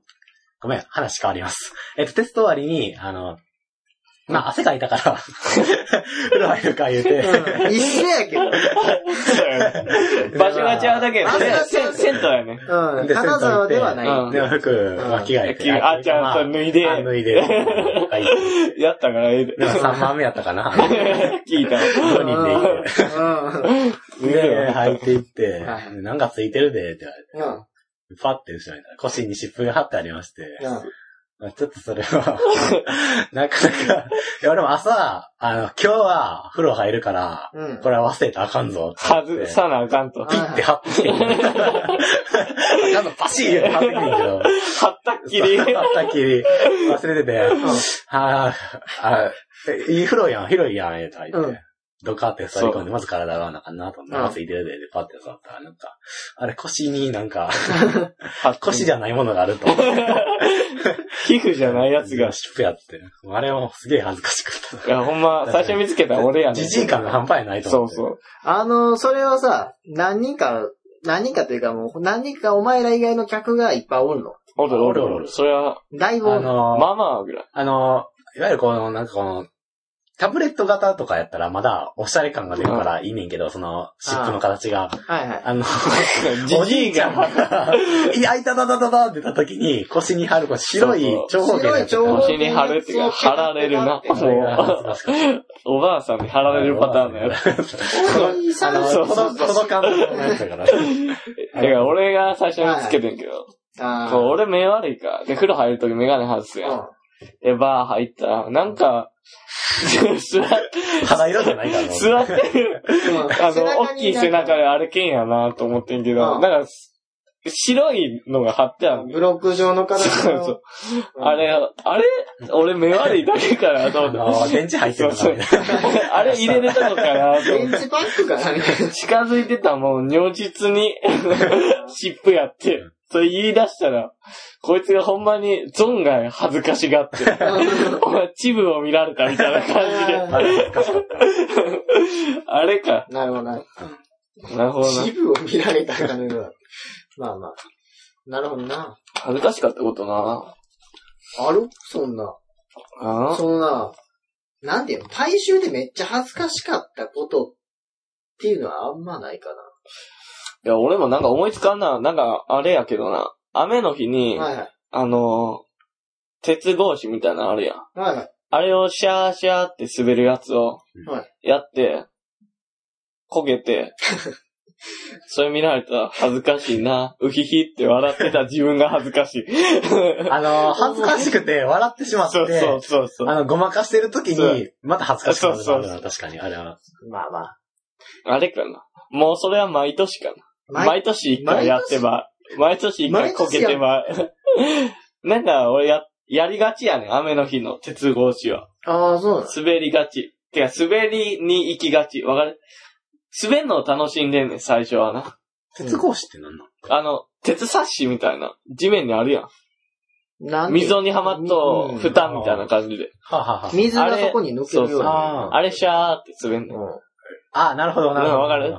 S3: ごめん、話変わります。 えっと、テスト割に、あのまあ、汗かいたから、 風呂入るか言うて、
S2: 一緒やけど。
S1: 場所が違うだけで、
S2: 場所が違う
S1: せん銭湯やね。
S2: うん。
S3: で
S2: 金沢ではない。
S1: うん
S3: で、服、まあ、着替えて。
S1: あ、ちゃんと脱いで、
S3: あ脱いで。はい
S1: やったからええで。
S3: でも3番目やったかな。
S1: 聞いた
S3: 5人で行っ
S2: う
S3: て。で、入っていって
S2: は、い
S3: なんかついてるで、って言われ
S2: ん。
S3: て。
S2: うん。
S3: パッて後ろに、腰に湿布が貼ってありまして。
S2: うん。
S3: まあちょっとそれは、 なかなか、いや俺も朝、あの、今日は風呂入るから、
S2: うん。
S3: これは忘れたらあかんぞって言
S1: は
S3: って。
S1: ず、さなあかんと。
S2: は
S1: は
S3: ピッて貼ってきて。なんかパシーって貼ってきてんけど。
S1: ったっきり。
S3: 貼ったっきり。忘れてて、はぁ、あえいい風呂やん、広いやん、ええとか言って。
S2: うん
S3: ドカって座り込んで、まず体洗わなあかんなと思って、
S2: うん
S3: なんかついてるで、で、パッて座ったら、なんか、あれ腰になんか、
S1: はっ
S3: 腰じ
S1: ゃ。
S3: ゃないものがあると。
S1: 皮膚じゃないやつが。い
S3: 湿布やって。あれもすげえ恥ずかしかった。
S1: や、ほんま、最初見つけたら俺やね。
S3: じじい感が半端やないと
S1: そ
S3: 思
S1: う
S3: って。
S1: そう。
S2: あの、それはさ、何人か、何人かというかもう、何人かお前ら以外の客がいっぱいおるの。
S1: おるおるおる。それは、
S2: だいぶお
S3: あ
S2: るの。
S3: の、
S1: まあまあぐらい。
S3: あの、いわゆるこの、なんかこの、タブレット型とかやったらまだおしゃれ感が出るからいいねんけど、その、シップの形が、
S2: はいはい。
S3: あの、
S1: じ
S3: おじ
S1: じ
S3: い
S1: い
S3: ちゃん
S1: が、
S3: が、いや、いたたたたたってた時に腰に貼る、こう白い長方形のやつ。
S2: 白い長方
S1: 腰に貼るっていうか、貼られる な。
S3: あれが
S1: もう、
S3: 恥ずかしかっ
S1: おばあさんに貼
S3: た
S1: られるパターンのやつ。
S2: おじい
S3: あ
S2: さん
S3: の、
S1: そう
S3: この、この感じのやつ だから。
S1: だから俺が最初につけてんけど、
S2: あー
S1: そう俺目悪いから。で、風呂入るときメガネ外すやん。
S2: う
S1: で、バー入ったら、なんか、 座
S3: 肌色じゃないから。
S1: 座って る、あの、大きい背中
S2: が
S1: で歩けんやなと思ってんけ
S2: う
S1: ど、
S2: ん
S1: だから、白いのが貼ってあるんだよ
S2: ブロック状の形
S1: そうそ
S2: の
S1: う。あれ、あれ俺目悪いだけかなと
S3: あ
S1: 思って。
S3: の、電池入ってる
S1: そう
S3: からね。
S1: あれ入れれたのかなと
S2: ベ
S1: 思っ
S2: ン
S1: て。
S2: チパックかなみたいな。
S1: 近づいてたもん、如実 に、湿布やって、と言い出したら、こいつがほんまに存外恥ずかしが って、お前、チブを見られたみたいな感じで。
S3: あれ難しかっ
S1: あれか。
S2: なるほどな。
S1: なるほどな
S2: 支。部を見られたかのような。まあまあ。なるほどな。
S1: 恥ずかしかったことな。
S2: あるそんな。
S1: ああ
S2: そのな、なんていうの大衆でめっちゃ恥ずかしかったことっていうのはあんまないか
S1: いや、俺もなんか思いつかんな。なんか、あれやけどな。雨の日に、
S2: な。はいはい。
S1: あのー鉄格子みたいなのあるやん。
S2: はいはい。
S1: あれをシャーシャーって滑るやつを
S2: は、
S1: やって、焦げ て、それ見られたら恥ずかしいな、うひひって笑ってた自分が恥ずか しい。
S3: た。あの、恥ずかしくて笑ってしまっ
S1: そうそう
S3: て、
S1: そうそう。
S3: あの、ごまかしてる時に、また恥ずかしくなる
S1: そうそう
S3: な確かに、あれは。
S2: まあまあ。
S1: あれかな。もうそれは毎年かな。
S2: 毎
S1: 毎年一回やってば、毎年一回こけてば。 なんか俺や、やりがちやねん、雨の日の鉄格子は。
S2: ああ、そうなん
S1: 滑りがち。てか、滑りに行きがち。わかる滑るのを楽しんでんねん、最初はな。
S3: 鉄格子って何なの
S1: あの、鉄サッシみたいな、地面にあるや
S2: なん
S1: ん。
S2: ていう
S1: 溝にはまっ
S2: う
S1: と
S2: ん、
S1: 蓋みたいな感じで。
S3: はあはあは
S2: 水がそこに抜けるような。
S3: あ
S1: あれシャーって滑んの。
S2: うん
S3: ああ、なるほど、なるほど。
S1: うんわかる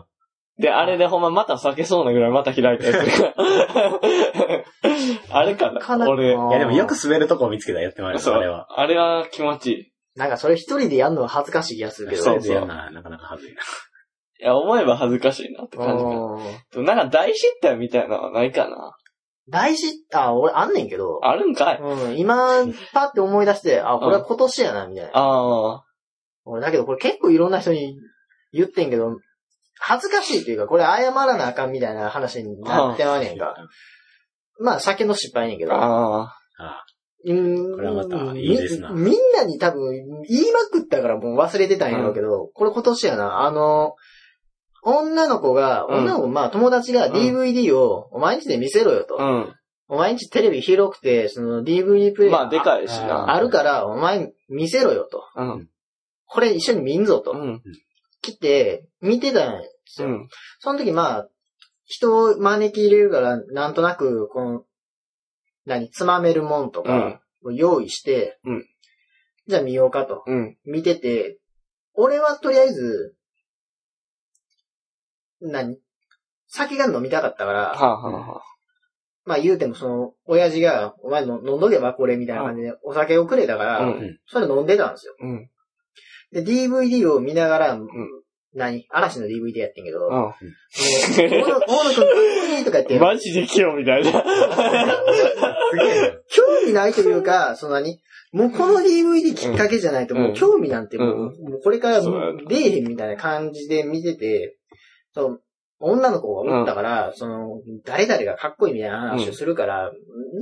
S1: で、あれでほんままた避けそうなぐらいまた開 いたやつが。あれか
S2: かな
S1: な、俺。
S3: いや、でもよく滑るとこを見つけたらやってまいりまし
S1: そう。
S3: た、あ
S1: あ
S3: れ
S1: れ
S3: は。
S1: は。あれは気持ちいい。
S2: なんかそれ一人でやるのは恥ずかしい気がするけど。
S1: そ
S3: そううそう。な、なかなか恥ずいな。
S1: いや、思えば恥ずかしいなって感じかな。
S2: うん
S1: でもなんか大失態みたいなのはないかな。
S2: 大事、あ、俺あんねんけど、
S1: あるんかい。
S2: うん、今、パって思い出して、あ、これは今年やな、みたいな。
S1: ああ。
S2: 俺、だけどこれ結構いろんな人に言ってんけど、恥ずかしいというか、これ謝らなあかんみたいな話になってまうねんか。まあ、酒の失敗やねんけど。
S1: ああ。
S3: あ
S2: うーん
S3: これはまたいいですな
S2: みみんなに多分、言いまくったからもう忘れてたんやろうけど、これ今年やな。あの、女の子が、
S1: うん
S2: 女の子、まあ友達が
S1: ん
S2: DVD を、お前んちで見せろよと。
S1: う
S2: お前んちテレビ広くて、その DVD プ
S1: ん。
S2: レイヤー
S1: まあ、でかいし
S3: あ
S1: な。
S2: あるから、お前見せろよと。
S1: うん。
S2: これ一緒に見んぞと。
S1: うん。
S2: 来て、見てたんです
S1: う
S2: よ。
S1: ん。
S2: その時まあ、人を招き入れるから、なんとなく、この、何、つまめるもんと
S1: うん
S2: か、を用意して、
S1: うん
S2: じゃあ見ようかと。
S1: うん。
S2: 見てて、俺はとりあえず、何酒が飲みたかったか
S1: は
S2: ら、
S1: あはあは
S2: まあ言うてもその、親父が、お前の飲んどけばこれみたいな感じで、お酒をくれたか
S1: あ。
S2: ら、
S1: うん。
S2: それ飲んでたんですよ。
S1: うん。
S2: で、DVD を見ながら、何嵐の DVD やってんけど、もう
S1: う
S2: 大野大野くん、いいとか言って
S1: ん。、マジで来よ、みたいな。
S3: すげえ
S2: 興味ないというか、そんなに、もうこの DVD きっかけじゃないと、
S1: うん
S2: もう興味なんてもう、もうこれから
S1: そうや
S2: 出えへんみたいな感じで見てて、そう、女の子がおったから、その、誰々がかっこいいみたいな話をするから、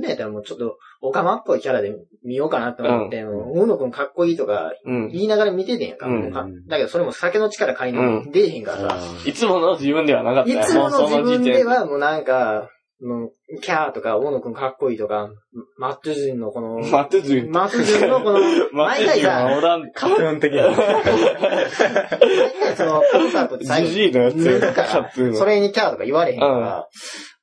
S2: ねえ、でもうちょっと、オカマっぽいキャラで見ようかなと思って、もう大野くんかっこいいとか
S1: うん。
S2: 言いながら見ててんやんか。
S1: うん
S2: もうかだけどそれも酒の力借り
S1: う
S2: に出えへんからさ、
S3: な。
S1: いつもの自分ではなかった
S2: い
S1: よ
S2: つもの自分で。
S1: もう
S2: はもうなんか、もう、キャーとか、大野くんかっこいいとか、マットゥジンのこの
S1: その時点、待ってずい。
S2: マットゥジンのこ の、
S1: 待っ
S2: 毎
S1: て
S2: 回
S1: ずい。
S2: さ、
S1: おらん。
S3: カトゥーン的 な。
S2: 毎回その、カッカーと最
S1: じじ
S2: 後
S1: いのやつ
S2: 脱
S1: や
S2: ぐか
S1: カツー
S2: ら、そ
S1: の。
S2: れにキャーとか言われへんから、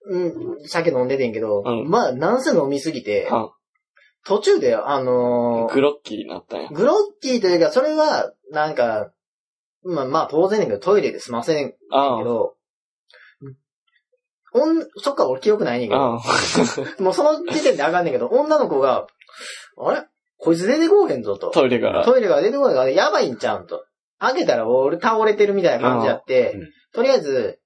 S2: うん、酒飲んでてんけど、
S1: うん
S2: まあ、なんせ飲みすぎて、途中で、あの
S1: グロッキーになったんや。
S2: グロッキーというか、それは、なんか、まあまあ当然だけど、トイレで済ませんけ
S1: ああ。
S2: ど、おん、そっか俺記憶ないねんけど、
S1: あ
S2: もうその時点であかんねんけど、女の子が、あれこいつ出てこうへんぞと。
S1: トイレから。
S2: トイレが出てこうへんから、やばいんちゃうんと。開けたら俺倒れてるみたいな感じやって、
S3: うん
S2: とりあえず、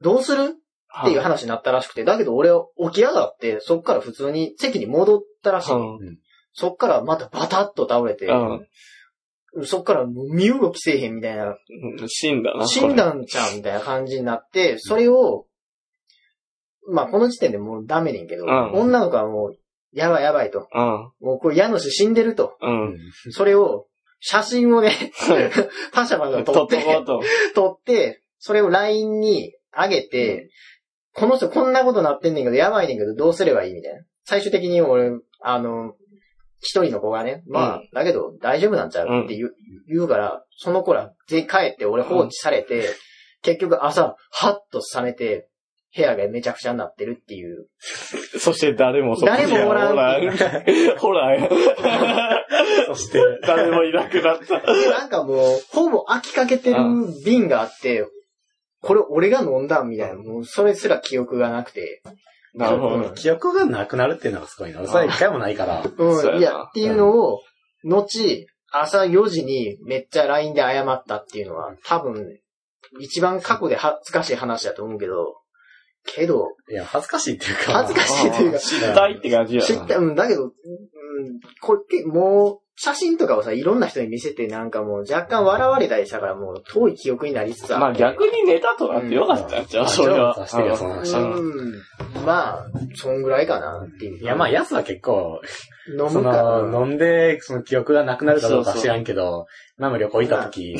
S2: どうするっていう話になったらしくて、だけど俺起き上がって、そっから普通に席に戻ったらしい。
S1: うん
S2: そっからまたバタッと倒れて、
S1: うん
S2: そっからもう身動きせえへんみたいな、
S1: うん。死んだな。
S2: 死んだんちゃうみたいな感じになって、それを、まあこの時点でもうダメねんけど、
S1: うん
S2: 女の子はもう、やばいやばいと。
S1: これ。
S2: もうこれ家主死んでると。
S1: うん。うん。
S2: それを、写真をね、 パシャパシャ
S1: と
S2: 撮
S1: っとこう
S2: って、
S1: と。
S2: 撮って、それを LINE に上げて、この人こんなことなってんねんけど、やばいねんけど、どうすればいいみたいな。最終的に俺、あの、一人の子がね、まあ、
S1: う
S2: だけど大丈夫なんちゃうって言う,、言うから、その子ら全員帰って俺放置されて、結局朝、はっと冷めて、部屋がめちゃくちゃになってるっていう。
S1: そして誰もそこに
S2: 誰もおらん
S1: ん。 ほらん、
S3: そして、
S1: 誰もいなくなった。
S2: で、なんかもう、ほぼ飽きかけてる瓶があって、これ俺が飲んだみたいな、もうそれすら記憶がなくて。
S1: なるほ
S2: うん
S1: ど。
S3: 記憶がなくなるっていうのはすごいな。それは一回もないから。
S1: そうや
S2: う、
S1: なん
S2: いや、っていうのを、後、朝4時にめっちゃ LINE で謝ったっていうのは、多分、一番過去で恥ずかしい話だと思うけど、けど、
S3: いや、恥ずかしいっていうか。
S2: 恥ずかしいというか、
S1: 知ったいって感じや
S2: 知
S1: な。
S2: った、うん、だけど、うん、これって、もう、写真とかをさ、いろんな人に見せて、なんかもう、若干笑われたりしたから、もう、遠い記憶になりつつ
S1: ま
S2: あ
S1: あ
S2: って。
S1: 逆にネタとなってよかったんちゃうそれは。
S3: あちょっと出してるよその
S2: うん。まあ、そんぐらいかな、っていう。
S3: いや、まあ、やつは結構、
S2: 飲
S3: そ
S2: むか。
S3: の、飲んで、その記憶がなくなるかどう
S1: そ
S3: か
S1: うそう
S3: 知らんけど、まあ、旅行行った時、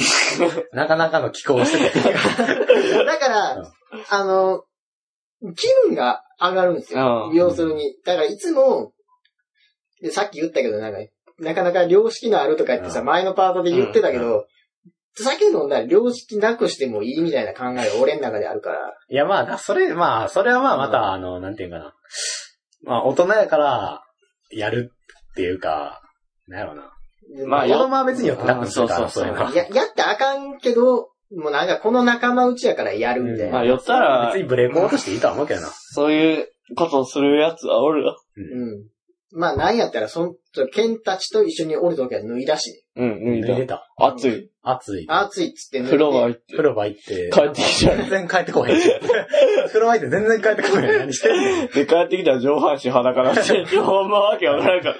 S3: なかなかの気候をして て、
S2: だから、
S3: うん
S2: あの、気分が上がるんですよ
S1: う。ん
S2: 要するに。だからいつも、でさっき言ったけど、なんか、なかなか良識のあるとか言ってさ、
S3: うん
S2: 前のパートで言ってたけど、酒飲んだら良識なくしてもいいみたいな考えが俺の中であるから、
S3: いや、まあ、だそれ、まあ、それはまあ、ま
S2: うん
S3: た、あの、なんていうかな。まあ、大人やから、やるっていうか、なんやろうな。
S2: で
S1: まあ
S3: 子
S1: や
S3: 供は別によってなくするから、
S1: あそ
S3: そう
S1: そう
S3: うい
S1: そうう
S3: のは。
S2: ややってあかんけど、もうなんかこの仲間内やからやるみたい
S1: ま
S2: な。
S1: あ、寄ったら
S3: 別、にブレイクオートしていいとは思うけどな。
S1: そういうことをするやつはおるわ。
S2: うん。まあなんやったら、そん、ちょケンたちと一緒におるときは脱いだし、
S1: うん、脱い
S3: 脱い
S1: だ
S3: で。た。
S1: 暑い。
S3: 暑い。
S2: 暑いっつって脱いで
S1: 風呂が入って
S3: 風。呂場行って。
S1: 帰ってきちゃう。
S3: 全然帰ってこへん。 風呂場行って全然帰ってこへん。何してんねん。
S1: で、帰ってきたら上半身裸だ って、ほんまわけわからんから。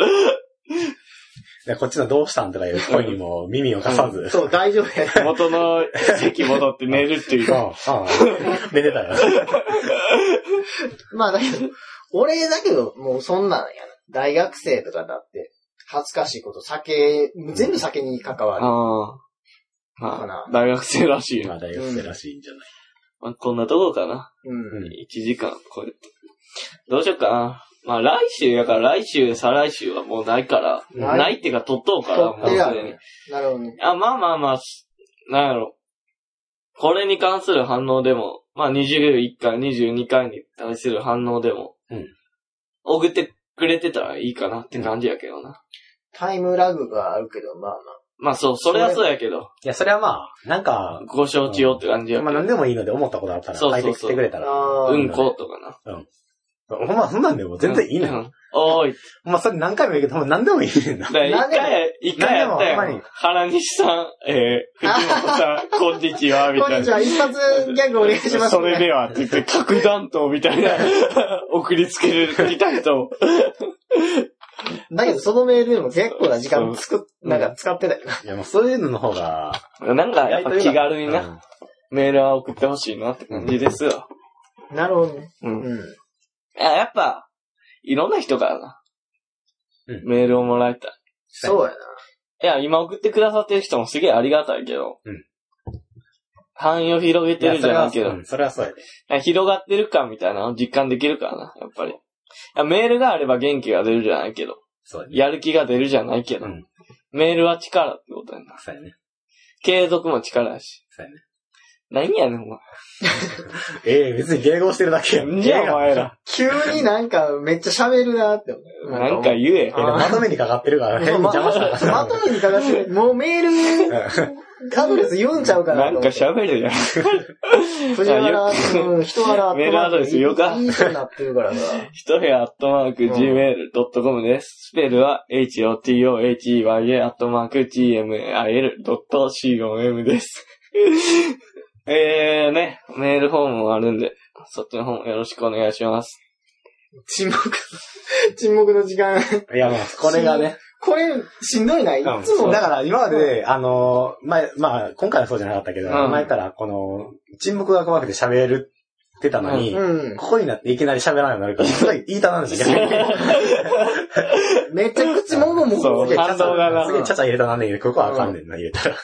S3: でこっちのどうしたんとかいう声にも耳を貸さず。
S2: そう、大丈夫や。
S1: 元の席戻って寝るっていうう。
S3: ん、うん。 寝てたよ。
S2: まあだけど、俺だけど、もうそんなんやな。大学生とかだって、恥ずかしいこと、酒、全部酒に関わる。
S1: ああ。
S2: か
S1: ま
S2: な
S1: あ、大学生らしいな。
S3: 今大学生らしいんじゃない
S1: まあ、こんなとこかな。
S2: うん。
S3: う
S1: 1
S3: ん
S1: 時間、これ。どうしようかな。まあ、来週やから、来週、再来週はもうないから、
S2: ない
S1: ないってか、取っとうから、もう
S2: 取ってあ
S1: す
S2: る
S1: でに。
S2: なるほどね。
S1: あ、まあまあまあ、しなんやろ。これに関する反応でも、まあ21回、22回に対する反応でも、
S3: うん
S1: 送ってくれてたらいいかなって感じやけどな。
S2: タイムラグがあるけど、まあまあ。
S1: まあそう、それはそうやけど、
S3: いや、それはまあ、なんか、
S1: ご承知をって感じやけ
S3: まあ
S1: ど
S3: 何。でもいいので思ったことあったら、
S1: そう
S3: 書
S1: そ
S3: いう
S1: そう
S3: てきてくれたら。
S2: あー
S1: うんことかな。
S3: ほんま、そんなんでも全然いいの
S1: う
S3: よ。
S1: んおーい。
S3: まあ、それ何回も言うけど、ほんま何でもい いねんな
S1: だ。から一回、一回やった
S3: なんでもほんま
S1: よ
S3: に。
S1: 原西さん、えー、藤本さん、 こんにちは、み
S2: こん
S1: たい
S2: にち
S1: な。
S2: は、一発ギャグお願いします。
S1: それではって言って、核弾頭みたい な、送りつけるきた人も。
S2: だけど、そのメールでも結構な時間つく、
S1: うん
S2: なんか使ってたよな。
S3: いや、もうそういうのの方が、
S1: なんか、やっぱ気軽
S3: う
S1: に
S3: ん
S1: な、メールは送ってほしいなって感じですよ。
S2: なるほどね。
S1: うん。
S2: うん。
S1: あやっぱ、いろんな人からな、
S3: うん
S1: メールをもらえた。
S2: そうや
S1: いや、今送ってくださってる人もすげえありがたいけど。
S3: うん
S1: 範囲を広げ
S3: い
S1: て
S3: や、
S1: る
S3: そ
S1: じ
S3: れ
S1: ゃな
S3: はい
S1: けど
S3: う、んそれはそうやで。
S1: 広がってる感みたいなのを実感できるからな、やっぱり。いやメールがあれば元気が出るじゃないけど、
S3: そうやね。
S1: やる気が出るじゃないけど、
S3: うん
S1: メールは力ってことやな。
S3: そうやね。
S1: 継続も力やし。
S3: そうやね。
S1: 何やねん、お前。
S3: ええ、別に迎合してるだけやん。
S1: 何や、お前ら。
S2: な。急になんかめっちゃ喋るなって思う。
S1: なんか言え
S3: え。でもまとめにかかってる から、変に邪魔したらあかん
S2: まとめにかかって、もうメール、アドレス読んちゃうから。
S1: なんか喋るや ん。
S2: 藤原、うん、人原
S1: メールアドレスよか
S2: いい人になってるからさ。
S1: ひと部屋アットマーク gmail.com です。スペルは h-o-t-o-h-e-y-a アットマーク gmail.com です。 えーね、メールフォームもあるんで、そっちの方もよろしくお願いします。
S2: 沈黙、沈黙の時間。
S3: いや、まあ、これがね。
S2: これ、しんどいな。い
S3: うん
S2: つ
S3: そ
S2: も
S3: うだ
S2: だか
S3: から今まで、あのー、前、まあ、今回はそうじゃなかったけど、
S1: うん
S3: 前からこの、沈黙が怖くて喋るってたのに、
S4: うん。
S3: ここになっていきなり喋らないようにな るから、すごい言いた なんでしょ、逆に。
S4: めっちゃ口もごも
S1: そ
S4: ご
S1: う
S4: して
S3: ち
S4: た
S3: ゃ
S1: 反
S3: ち
S1: 動が
S3: ゃ、
S1: な
S3: すげえちゃちゃ入れたなんねんけど、ここはあかんねんな、入れたら。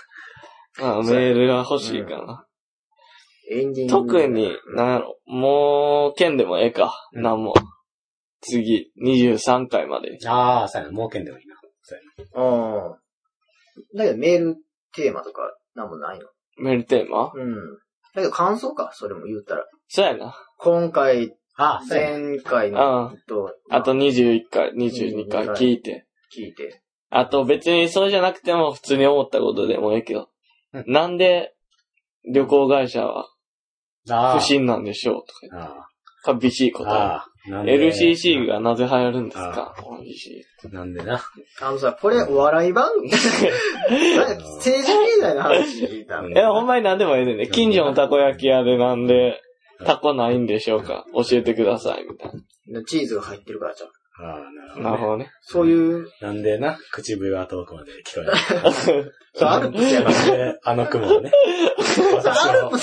S1: あメールが欲しいかな。
S4: エンディング。
S1: 特。に、なんやろ、もう、剣でもええか。
S3: うん
S1: なんも。次、23回まで。
S3: ああ、そうやな、儲けんでもいいな。
S4: あ
S2: だけどメールテーマとかなんもないの。
S1: メールテーマ
S2: うん。だけど感想か、それも言ったら。
S1: そうやな。
S2: 今回、
S3: ああ、そうやな。
S2: 前回の
S1: うん。
S2: と、
S1: あと21回、22回
S2: うん
S1: 聞いて。
S2: 聞いて。
S1: あと別にそれじゃなくても普通に思ったことでもええけど
S3: うん。
S1: なんで、旅行会社は
S3: ああ
S1: 不審なんでしょうとか言って
S3: あ
S1: 寂しい
S3: あ、
S1: 答
S3: ああ、な
S1: え。
S3: んで
S1: LCC がなぜ流行るんですか ?LCC。
S3: なんでな。
S2: あのさ、これお笑い番 組なんか政治経済の話聞いたの
S3: う
S1: いや、ほんまに何でもええねんね。近所のたこ焼き屋でなんで、タコないんでしょうか教えてください、みたい
S2: チーズが入ってるからじゃん。
S3: ああ、なるほ
S1: な。なる
S3: どね。
S1: ほどね。
S2: そういう、
S3: なんでな、口笛は遠くまで聞こえる。
S2: そうアルプスやから。
S3: あの雲 をね。私を待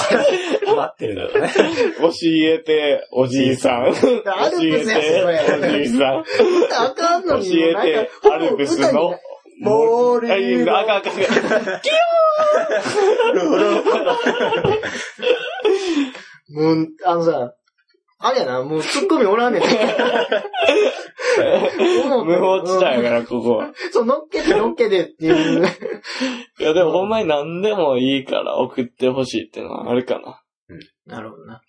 S3: ってるんだろうね。
S1: 教えて、おじいさん。教
S2: アル
S1: え
S2: プスやそ
S1: て、お
S2: れ。
S1: じいさん。
S2: あかん
S1: 教
S2: の
S1: え
S2: に、なん
S1: て
S2: か、
S1: アルプスの。
S2: ボール
S1: あいいんだあかんあかんあかん
S2: もう、あのさ、あれやな、もうツッコミお らんねん。
S1: 無法地帯やから、ここは。
S2: そう、乗っけて乗っけてっていう。
S1: いや、でもほんまに何でもいいから送ってほしいってのはあるかな。
S2: なるほどな。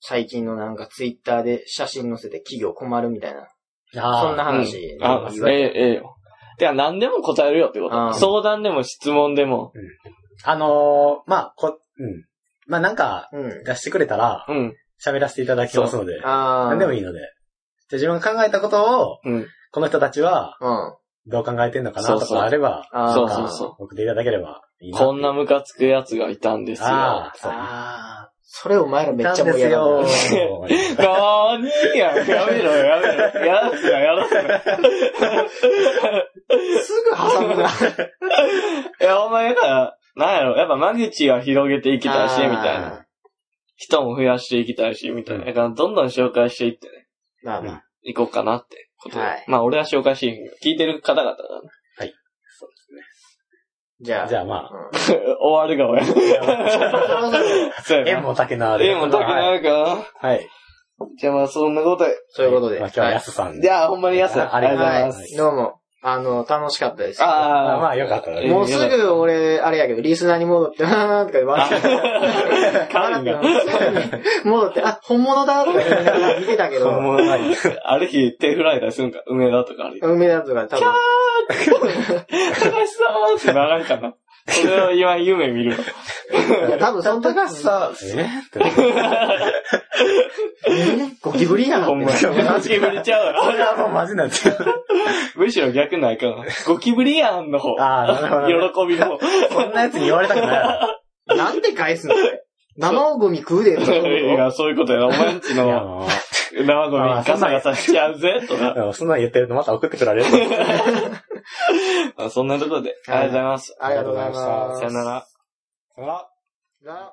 S2: 最近のなんかツイッターで写真載せて企業困るみたいな。
S3: あ
S2: そんな
S1: うん
S2: 話。
S1: あ、ええ、ええよ。てか何でも答えるよってこ
S2: あ
S1: と。
S2: あ
S1: 相談でも質問でも。
S3: あのー、まあ、こ、うん。まあ、なんか、
S2: うん。
S3: 出してくれたら、
S1: うん、
S3: 喋らせていただきますので、
S2: ああ。
S3: 何でも
S2: いい。
S3: いいので。じゃあ自分が考えたことを、
S1: うん。
S3: この人たちは、
S2: うん。
S3: どう考えてんのか
S1: そ
S3: な
S1: うそ
S3: と
S1: う
S3: かあれば、
S2: あー
S1: そうそうそう。
S3: 送っていただければいいな。
S1: こんなムカつくやつがいたんですよ。
S3: ああ、そう。
S2: ああ。それお前らめっちゃ盛り上がる
S3: なん で
S2: な。
S3: すよ。
S1: なーにーやんやめろよ、やめろよ。やらすな、やらすな。
S2: すぐ挟む
S1: い
S2: な。
S1: や、お前ら、なんやろ、やっぱ間口は広げていきたいし、み
S2: あー
S1: たいな。人も増やしていきたいし、みたいな。だから、どんどん紹介していってね、
S2: まあまあ。
S1: 行こうかなってこと。
S2: はい
S1: まあ、俺は紹介しへんけど、聞いてる方々がね
S3: そうで
S2: じゃ
S3: す
S2: あ。
S3: ね。じゃあま
S1: 終わるが俺。
S3: あ、
S1: そうや
S3: 縁
S1: な。
S3: も竹のある。
S1: えもたけな
S3: る。
S1: いかな。
S3: はい。
S1: じゃあまあ、そんなことで。
S2: そういうことで。
S3: まあ今日は
S2: はい
S3: 安さん
S1: じゃあ、ほんまにやす。
S3: あありがとうございます
S2: はいどうも。あの、楽しかったです。
S3: まあま
S1: あ
S3: あよかったね。
S1: ー
S2: もうすぐ俺、あれやけど、リスナーに戻って、あーとか言われて、
S1: あ、カーンが。
S2: 戻って、あ、本物だとか言いながら見てたけど、
S1: もうない。ある日、手振られたりするんか、梅田とかある。
S2: 梅田とか多分、
S1: 高橋さんってならんかな。それを今、夢見るの。
S2: いや多分その時
S3: 高橋さん、え
S2: ゴキブリやな
S1: ほんま
S2: って。
S1: に。ゴキブリちゃう
S3: これ
S1: わ。
S3: はもうマジなんですよ。
S1: むしろ逆ないかな。ゴキブリやんの方。
S3: あーなるほどね
S1: 喜びの方。
S3: そんなやつに言われたくない。
S2: なんで返すの生ゴミ食う でとか
S1: いや、そういうことやな。お前んち
S3: いや
S1: の
S3: も
S1: 生ゴミ
S3: あ
S1: ガ
S3: ーそん
S1: サ
S3: なんや
S1: ガサしちゃうぜ、と か。
S3: うそんなん言ってるとまた送ってくられる。
S1: まあそんなところで、ありがとうございます。
S2: ありがとうございます。
S1: さよなら。
S3: あら
S2: な